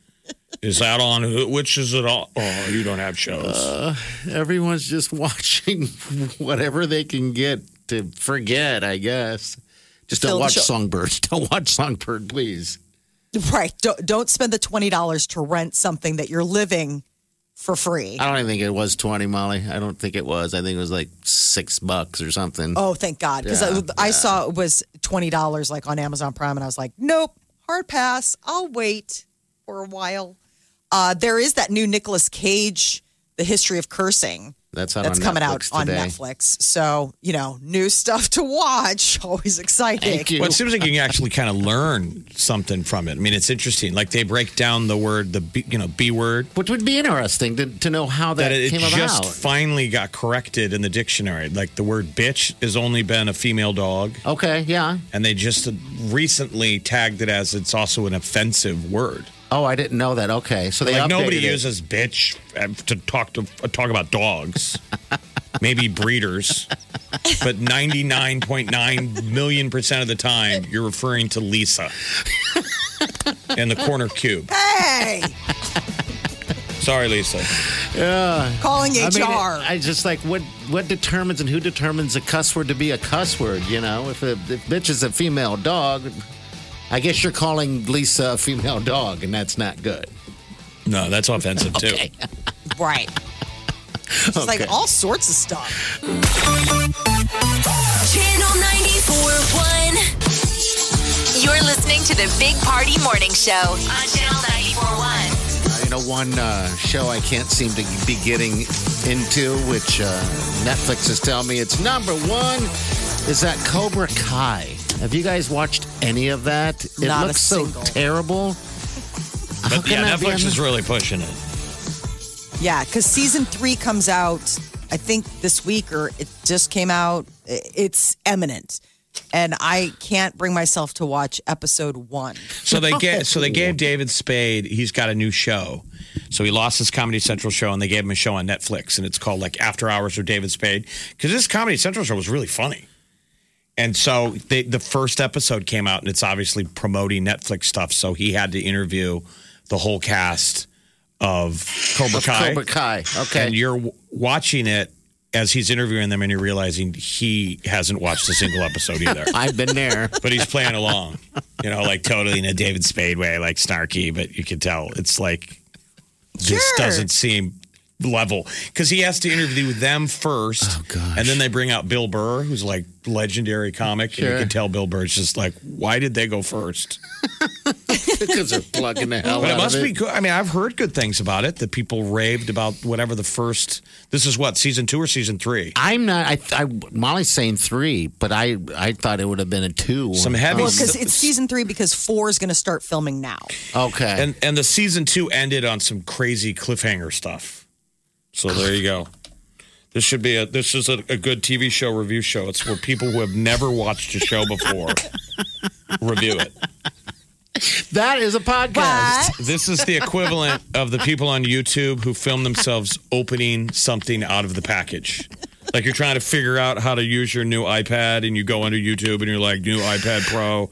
Is that on? who- Which is it all? Oh, you don't have shows. Uh, everyone's just watching whatever they can get to forget, I guess. Just don't Film watch show- Songbird. Don't watch Songbird, please. Right. Don't, don't spend the $20 to rent something that you're living for free. I don't even think it was 20, Molly. I don't think it was. I think it was like six bucks or something. Oh, thank God. Because Yeah, I, I saw it was $20 like on Amazon Prime, and I was like, nope, hard pass. I'll wait for a while. Uh, there is that new Nicolas Cage, The History of Cursing, That's out that's on coming Netflix out on today. Netflix. So, you know, new stuff to watch. Always exciting. Well, it seems like you can actually kind of learn something from it. I mean, it's interesting. Like they break down the word, the B, you know B word, which would be interesting to, to know how that, it came just about. finally got corrected in the dictionary. Like the word bitch has only been a female dog, Okay, yeah. and they just recently tagged it as it's also an offensive word. Oh, I didn't know that. Okay, so they like nobody updated it. uses bitch uh, to talk to uh, talk about dogs. Maybe breeders, but ninety nine point nine million percent of the time, you're referring to Lisa and the corner cube. Hey, Sorry, Lisa. Yeah. calling I HR. mean, it- I just like what what determines and who determines a cuss word to be a cuss word. You know, if a if bitch is a female dog, I guess you're calling Lisa a female dog, and that's not good. No, that's offensive too. Right. It's Okay. like all sorts of stuff. Channel 94.1. You're listening to the Big Party Morning Show on Channel 941. You know, one uh, show I can't seem to be getting into, which uh, Netflix is telling me it's number one, is that Cobra Kai. Have you guys watched any of that? It Not a looks so single. terrible. How But can yeah, that be Netflix on- is really pushing it. Yeah, because season three comes out, I think this week or it just came out. I- It's eminent, and I can't bring myself to watch episode one. So they get so they gave David Spade. He's got a new show. So he lost his Comedy Central show, and they gave him a show on Netflix, and it's called like After Hours with David Spade because this Comedy Central show was really funny. And so they, the first episode came out, and it's obviously promoting Netflix stuff. So he had to interview the whole cast of Cobra Of Kai. Cobra Kai. Okay. And you're w- watching it as he's interviewing them, and you're realizing he hasn't watched a single episode either. I've been there. but he's playing along, you know, like totally in a David Spade way, like snarky, but you can tell it's like this Sure. doesn't seem level because he has to interview them first, and then they bring out Bill Burr, who's like legendary comic, and Sure. you can tell Bill Burr's just like, why did they go first? because they're plugging the hell but out it must of be good. I mean, I've heard good things about it. That people raved about whatever the first. This is what season two or season three. I'm not. I, I Molly's saying three, but I I thought it would have been a two. Some heavy Um, Well, because it's season three, because four is going to start filming now. Okay. And and the season two ended on some crazy cliffhanger stuff. So there you go. This should be a this is a, a good TV show review show. It's where people who have never watched a show before review it. that is a podcast. This is the equivalent of the people on YouTube who film themselves opening something out of the package. Like you're trying to figure out how to use your new iPad and you go under YouTube and you're like new iPad Pro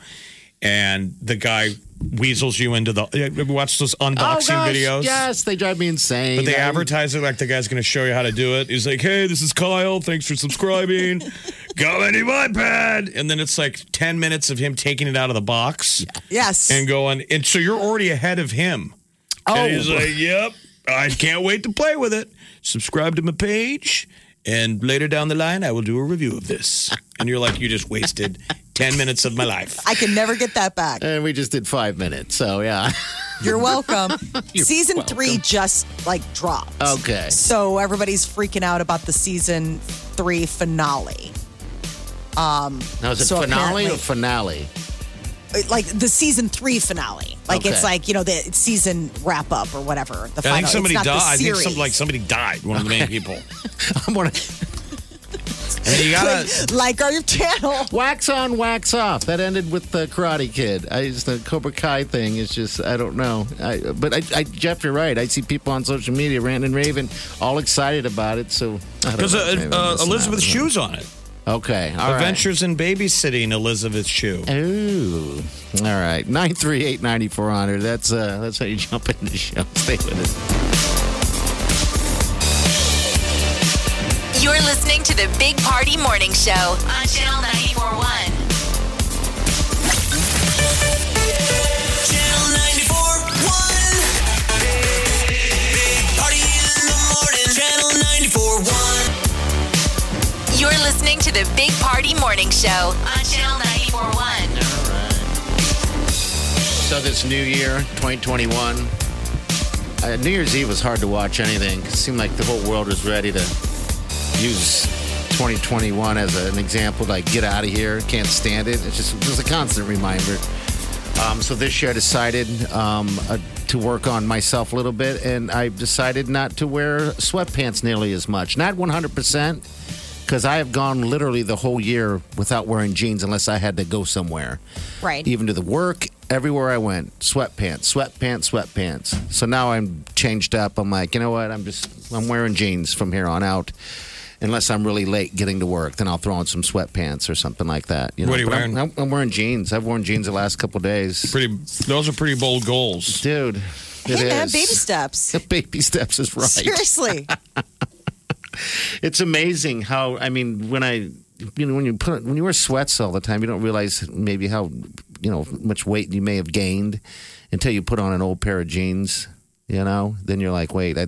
and the guy weasels you into the you ever watch those Oh, unboxing gosh, videos. Yes, they drive me insane. But they I- advertise it like the guy's going to show you how to do it. He's like, "Hey, this is Kyle. Thanks for subscribing. Got my new iPad." And then it's like ten minutes of him taking it out of the box Yes. and going. And so you're already ahead of him. And he's Oh. like, "Yep, I can't wait to play with it. Subscribe to my page, and later down the line, I will do a review of this." And you're like, "You just wasted ten minutes of my life." I can never get that back. And we just did five minutes. So, yeah. You're welcome. season three just like dropped. Okay. So everybody's freaking out about the season three finale. Um, Now, is it So finale or apparently- finale? like the season three finale. Like Okay. it's like you know the season wrap up or whatever. I The final. think it's somebody died. not the I think some, series. like somebody died. One of the main people. I'm going to And you gotta. like our channel. wax on, wax off. That ended with the Karate Kid. I just, the Cobra Kai thing is just, I don't know. I, but I, I, Jeff, you're right. I see people on social media ranting and raving, all excited about it. So, I don't Because know. uh, Maybe I'm uh, missing Elizabeth out. Shoe's on it. Okay. All right. Adventures in Babysitting Elizabeth Shoe. Ooh. All right. 938 9400. That's, uh, that's how you jump into the show. Stay with us. You're listening to the Big Party Morning Show on Channel 941. Channel 94.1. Big Party in the morning. Channel 94.1. You're listening to the Big Party Morning Show on Channel 941. So this new year, 2021, uh, New Year's Eve was hard to watch anything. It seemed like the whole world was ready to use 2021 as an example, like get out of here, can't stand it. It's just, just a constant reminder. Um, so this year I decided um, uh, to work on myself a little bit, and I decided not to wear sweatpants nearly as much. Not 100%, because I have gone literally the whole year without wearing jeans unless I had to go somewhere Right. even to the work, everywhere I went, sweatpants, sweatpants, sweatpants. So now I'm changed up. I'm like, you know what? I'm just I'm wearing jeans from here on out. Unless I'm really late getting to work, then I'll throw on some sweatpants or something like that. You know? What are you But I'm- wearing? I'm, I'm wearing jeans. I've worn jeans the last couple days, Pretty. Those are pretty bold goals. dude. it hey man, is. baby steps. baby steps is right. Seriously. It's amazing how I mean when I you know when you put when you wear sweats all the time you don't realize maybe how you know much weight you may have gained until you put on an old pair of jeans you know then you're like wait I,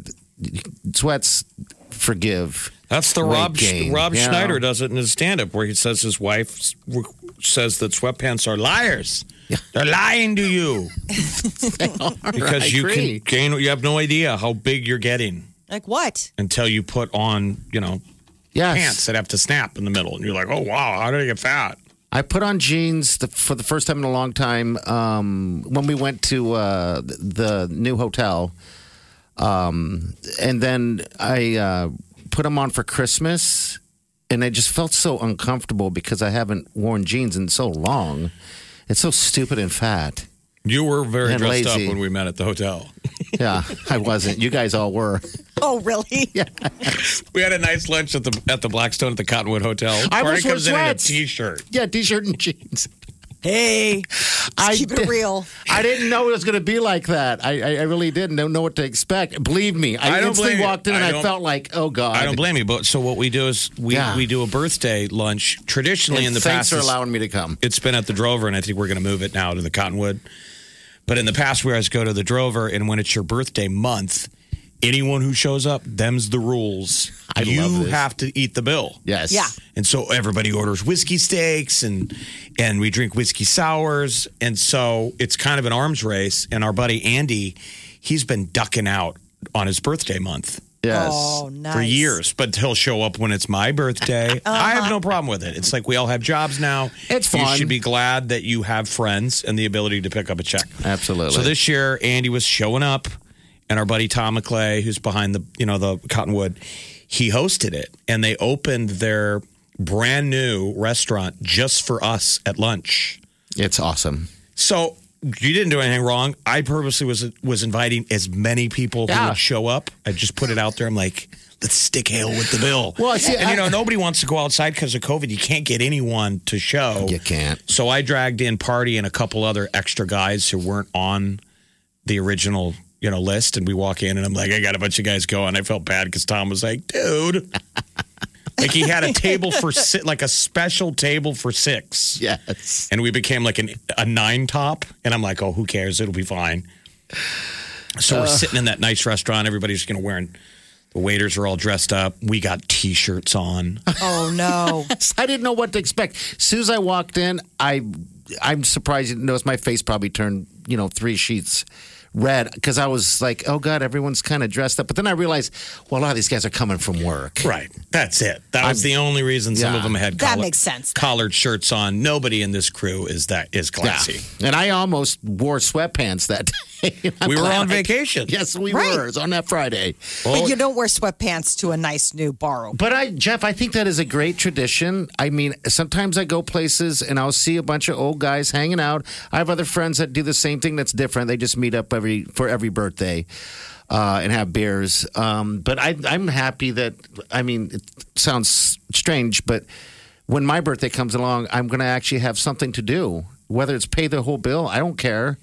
sweats forgive That's the Weight Rob Sch- gain, Rob yeah. Schneider does it in his stand up where he says his wife s- w- says that sweatpants are liars. They're lying to you because you can gain. You have no idea how big you're getting Like what? until you put on, you know, Yes. pants that have to snap in the middle, and you're like, oh wow, how did I get fat? I put on jeans the, for the first time in a long time um, when we went to uh, the new hotel. Um, and then I uh, put them on for Christmas, and I just felt so uncomfortable because I haven't worn jeans in so long. It's so stupid and fat. You were very And dressed lazy. up when we met at the hotel. Yeah, I wasn't. You guys all were. Oh, really? Yeah. We had a nice lunch at the at the Blackstone at the Cottonwood Hotel. I Party was comes with in in a sweats. t-shirt. Yeah, t-shirt and jeans. Hey, I keep it did- real. I didn't know it was going to be like that. I, I, I really didn't know what to expect. Believe me, I, I don't instantly blame you. walked in and I I, don't- felt like, oh god. I don't blame you, but so what we do is we, Yeah. we do a birthday lunch. Traditionally, in the Thanks past, for it's- allowing me to come. it's been at the Drover, and I think we're going to move it now to the Cottonwood. But in the past, we always go to the Drover, and when it's your birthday month, anyone who shows up, them's the rules. I you love this. have to eat the bill. Yes. Yeah. And so everybody orders whiskey steaks and and we drink whiskey sours. And so it's kind of an arms race. And our buddy Andy, he's been ducking out on his birthday month Yes. Oh, nice. for years, but he'll show up when it's my birthday. I have no problem with it. It's like we all have jobs now. Uh-huh. It's You fun. should be glad that you have friends and the ability to pick up a check. Absolutely. So this year, Andy was showing up, and our buddy Tom McClay, who's behind the you know the Cottonwood, he hosted it, and they opened their brand new restaurant just for us at lunch. it's awesome. So you didn't do anything wrong. I purposely was was inviting as many people who Yeah. would show up. I just put it out there. I'm like, let's stick hail with the bill. Well, I see- and you know, I- nobody wants to go outside because of COVID. You can't get anyone to show. You can't. So I dragged in Party and a couple other extra guys who weren't on the original, you know, list. And we walk in, and I'm like, I got a bunch of guys going. I felt bad because Tom was like, dude. like he had a table for si- like a special table for six Yes. and we became like an, a nine top. And I'm like, oh, who cares? It'll be fine. So we're sitting in that nice restaurant. Everybody's going to wearing. The waiters are all dressed up. We got T-shirts on. Oh no. I didn't know what to expect. As soon as I walked in, I I'm surprised you didn't notice my face probably turned, you know, three sheets red because I was like, oh god, everyone's kind of dressed up. But then I realized, well, a lot of these guys are coming from work. right, that's it. That was the only reason some of Yeah. them had That makes sense. collared shirts on. Nobody in this crew is that is classy. And I almost wore sweatpants that day. I'm We were glad on I- vacation. Yes, we Right. were. It was on that Friday. But you don't wear sweatpants to a nice new borrow. But I, Jeff, I think that is a great tradition. I mean, sometimes I go places and I'll see a bunch of old guys hanging out. I have other friends that do the same thing. That's different. They just meet up every for every birthday uh, and have beers. Um, but I, I'm happy that. I mean, it sounds strange, but when my birthday comes along, I'm going to actually have something to do. Whether it's pay the whole bill, I don't care.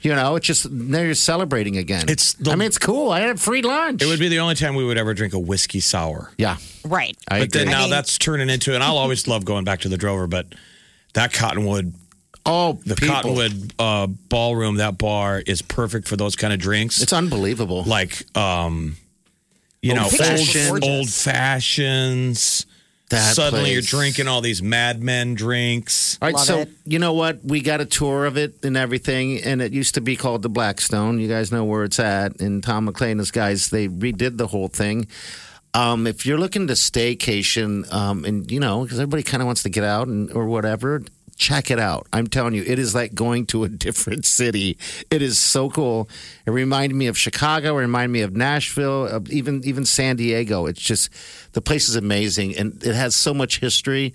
You know, it's just now you're celebrating again. It's the- I mean, it's cool. I had free lunch. It would be the only time we would ever drink a whiskey sour. yeah. Right. I but then agree. now mean- that's turning into, and I'll always love going back to the Drover, but that Cottonwood oh, The people. Cottonwood uh, Ballroom, that bar is perfect for those kind of drinks. It's unbelievable. like, um, you know, Old old, fashioned. old fashions. That Suddenly place. you're drinking all these Mad Men drinks. All right, Love so it. you know what? We got a tour of it and everything, and it used to be called the Blackstone. You guys know where it's at. And Tom McLean and his guys, they redid the whole thing. Um, if you're looking to staycation, um, and you know, because everybody kind of wants to get out and or whatever, check it out. I'm telling you, it is like going to a different city. It is so cool. It reminded me of Chicago. It reminded me of Nashville. Of even even San Diego. It's just the place is amazing, and it has so much history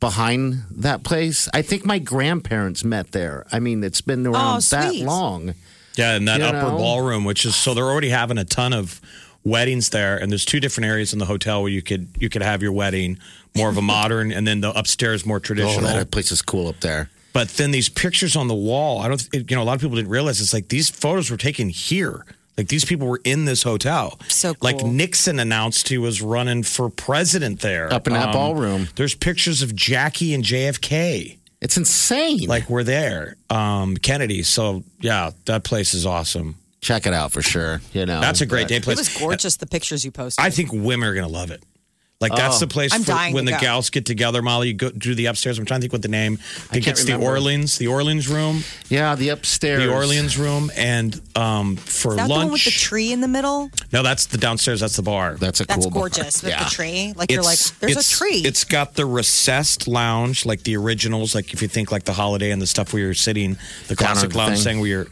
behind that place. I think my grandparents met there. I mean, it's been around Oh, that sweet. long. Yeah, and that You upper know? ballroom, which is so they're already having a ton of weddings there, and there's two different areas in the hotel where you could you could have your wedding, more of a modern, and then the upstairs more Oh, traditional. that place is cool up there. But then these pictures on the wall, I don't, it, you know, a lot of people didn't realize it's like these photos were taken here. Like these people were in this hotel. So like cool. Nixon announced he was running for president there. Um, Up in that ballroom. There's pictures of Jackie and JFK. It's insane. Like we're there. Um, Kennedy. So yeah, that place is awesome. check it out for sure. You know, That's a great But- day It place. was gorgeous. The pictures you posted. I think women are gonna love it. Like that's Oh. the place I'm for- dying when to the go. gals get together. Molly, you go do the upstairs. I'm trying to think what the name. I think can't it's the remember. Orleans, the Orleans room, Yeah, the upstairs. the Orleans room, and um, for Is that the one with the lunch. tree in the middle? no, that's the downstairs. That's the bar. That's a That's cool bar. gorgeous with Yeah. the tree. Like you're like, there's a it's- tree. It's got the recessed lounge, like the originals, like if you think like the holiday and the stuff where you're sitting, the Down on classic the lounge thing. thing where you're.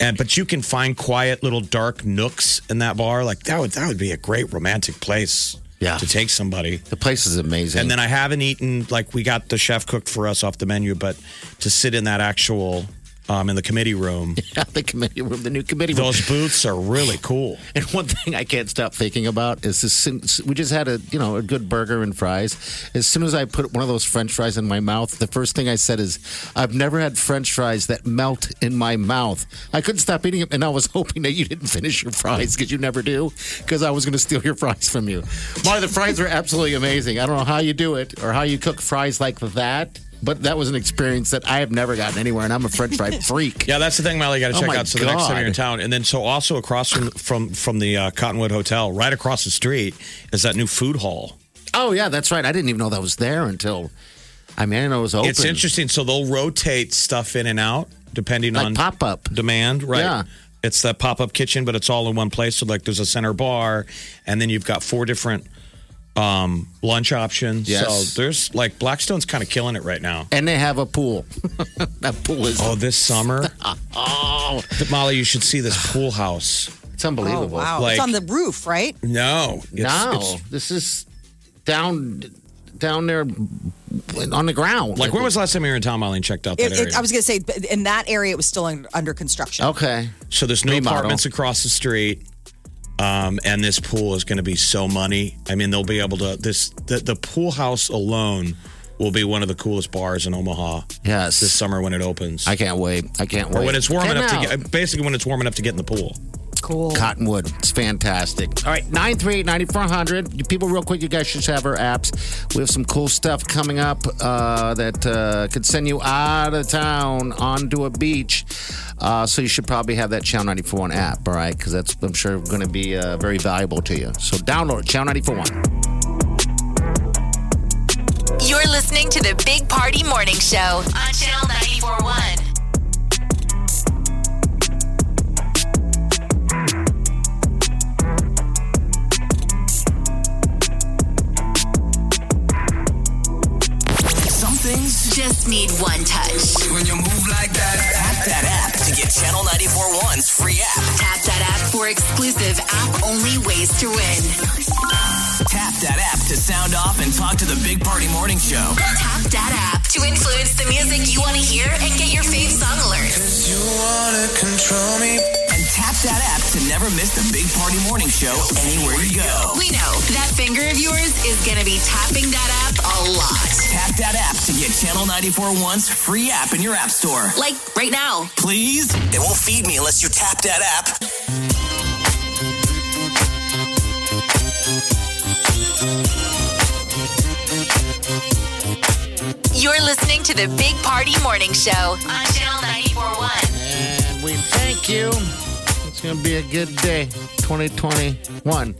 And but you can find quiet little dark nooks in that bar. Like that would that would be a great romantic place. Yeah. to take somebody. The place is amazing. And then I haven't eaten. Like we got the chef cooked for us off the menu, but to sit in that actual. Um, in the committee room, the committee room, the new committee room. those booths are really cool. And one thing I can't stop thinking about is this: since we just had a you know a good burger and fries. As soon as I put one of those French fries in my mouth, the first thing I said is, "I've never had French fries that melt in my mouth." I couldn't stop eating them, and I was hoping that you didn't finish your fries because you never do. Because I was going to steal your fries from you. Marty, the fries are absolutely amazing. I don't know how you do it or how you cook fries like that. But that was an experience that I have never gotten anywhere, and I'm a French fry freak. Yeah, that's the thing, Molly. You got to Oh check my out. So the next time you're in town, and then so also across from from from the uh, Cottonwood Hotel, right across the street is that new food hall. Oh yeah, that's right. I didn't even know that was there until I mean I didn't know it was open. It's interesting. So they'll rotate stuff in and out depending Like on pop up. demand, right? Yeah. It's that pop up kitchen, but it's all in one place. So like, there's a center bar, and then you've got four different um, lunch options. Yes. So there's like Blackstone's kind of killing it right now. And they have a pool. that pool is Oh, this summer, oh, Molly, you should see this pool house. it's unbelievable. Oh, wow. like- it's on the roof, right? No, it's, Now it's this is down down there on the ground. Like, when was the last time you were in town, Molly, and checked out that It, area? it, I was going to say, but in that area, it was still un- under construction. Okay. so there's no Remodel. apartments across the street. Um, and this pool is going to be so money. I mean, they'll be able to this the, the pool house alone will be one of the coolest bars in Omaha Yes. this summer when it opens, I can't wait. I can't or wait. when it's warm enough out. to get basically when it's warm enough to get in the pool. Cool. Cottonwood. It's fantastic. All right, 938 9400. You people, real quick, you guys should have our apps. We have some cool stuff coming up uh, that uh, could send you out of town onto a beach. Uh, so you should probably have that Channel 941 app, all right? Because that's, I'm sure, going to be uh, very valuable to you. So download it, Channel 941. You're listening to the Big Party Morning Show on Channel 941. Some things Just need one touch. when you move like that, tap that app to get Channel 94.1's free app. Tap that app for exclusive app only ways to win. Tap that app to sound off and talk to the Big Party Morning Show. Tap that app to influence the music you want to hear and get your fave song alerts. You wanna control me? And tap that app to never miss the Big Party Morning Show anywhere you go. We know that finger of yours is going to be tapping that app a lot. Tap that app to get Channel 94.1's free app in your app store. Like right now. Please? They won't feed me unless you tap that app. You're listening to the Big Party Morning Show on Channel 941. And we thank you. It's going to be a good day, 2021.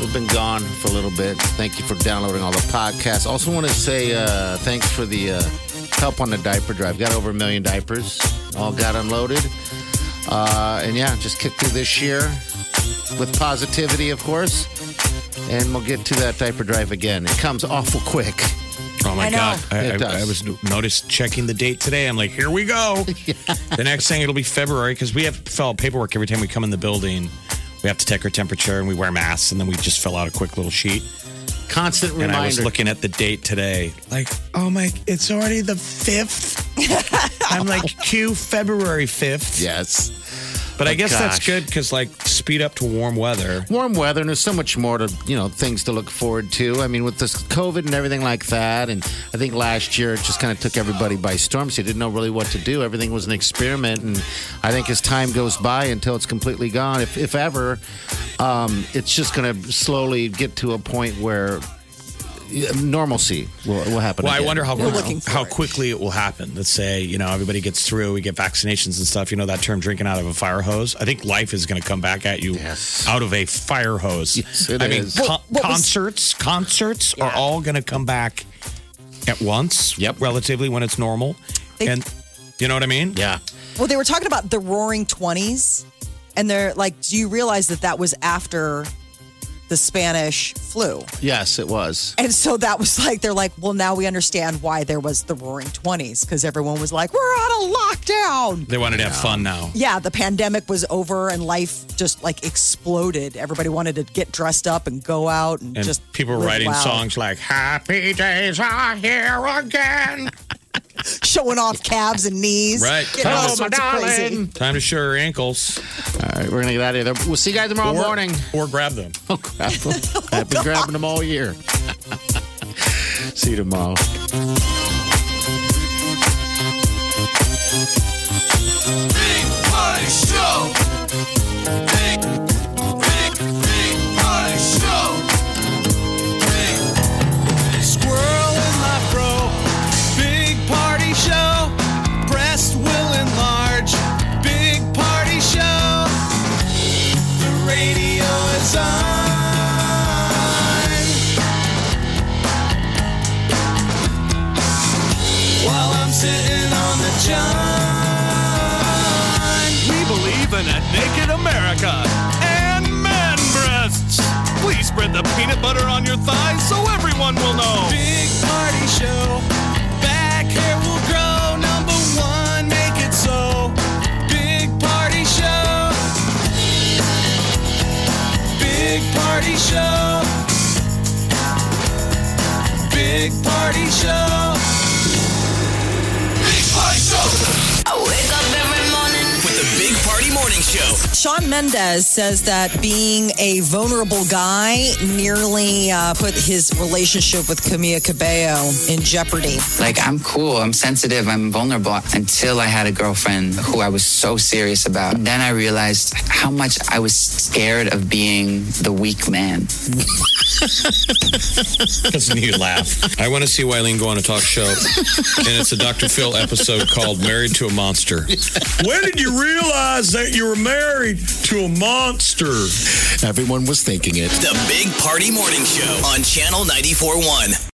We've been gone for a little bit. Thank you for downloading all the podcasts. Also, want to say uh, thanks for the uh, help on the diaper drive. Got over a million diapers, all got unloaded. Uh, and yeah, just kick through this year with positivity, of course. And we'll get to that diaper drive again. It comes awful quick. Oh my I know. god! I, It I, I does. was noticed checking the date today. I'm like, here we go. The next thing it'll be February because we have to fill out paperwork every time we come in the building. We have to take our temperature and we wear masks and then we just fill out a quick little sheet. Constant And reminder. I was looking at the date today, like, oh my, it's already the fifth. I'm like, cue February fifth. yes. but I guess that's Oh, gosh. good because like speed up to warm weather. warm weather and there's so much more to you know things to look forward to i mean with this covid and everything like that and i think last year it just kind of took everybody by storm so you didn't know really what to do everything was an experiment and i think as time goes by until it's completely gone if, if ever um, it's just going to slowly get to a point where normalcy will, will happen. Well, I again. wonder how You know? quick, how quickly it will happen. Let's say you know everybody gets through, we get vaccinations and stuff. You know that term "drinking out of a fire hose." I think life is going to come back at you out of a fire hose. Yes, it I mean, is. co- What- what was- concerts, concerts are all going to come back at once. Yep, relatively when it's normal, They- and you know what I mean. Yeah, Well, they were talking about the roaring 20s, and they're like, do you realize that that was after the Spanish flu? Yes, it was. And so that was like, they're like, well, now we understand why there was the roaring 20s because everyone was like, we're out of lockdown. they wanted to have fun now. Yeah, the pandemic was over and life just like exploded. Everybody wanted to get dressed up and go out and, And just people live writing loud. songs like "Happy Days Are Here Again." showing off calves and knees. Right. Getting all Hello, my sorts of crazy. Time to show her ankles. All right, we're gonna get out of there. We'll see you guys tomorrow Or- morning. Or grab them. Oh, crap. I've been grabbing them all year. see you tomorrow. Big Party Show. Big, big, big Party Show. Big. Squirrel in my fro. Big Party Show. Breast will enlarge. Big Party Show. The radio is on. While I'm sitting on the john. We believe in a naked America and man breasts. Please spread the peanut butter on your thighs so everyone will know. Big party show. Back hair will grow. Number one, make it so. Big party show. Big party show. Big party show. Big party show. I wake up every morning With the Big Party Morning Show. Sean Mendez says that being a vulnerable guy nearly uh, put his relationship with Camilla Cabello in jeopardy. Like, I'm cool, I'm sensitive, I'm vulnerable until I had a girlfriend who I was so serious about. Then I realized how much I was scared of being the weak man. Doesn't you laugh? I want to see Wileen go on a talk show, and it's a Dr. Phil episode called "Married to a Monster." When did you realize that you were married to a monster? Everyone was thinking it. The Big Party Morning Show on Channel 94.1.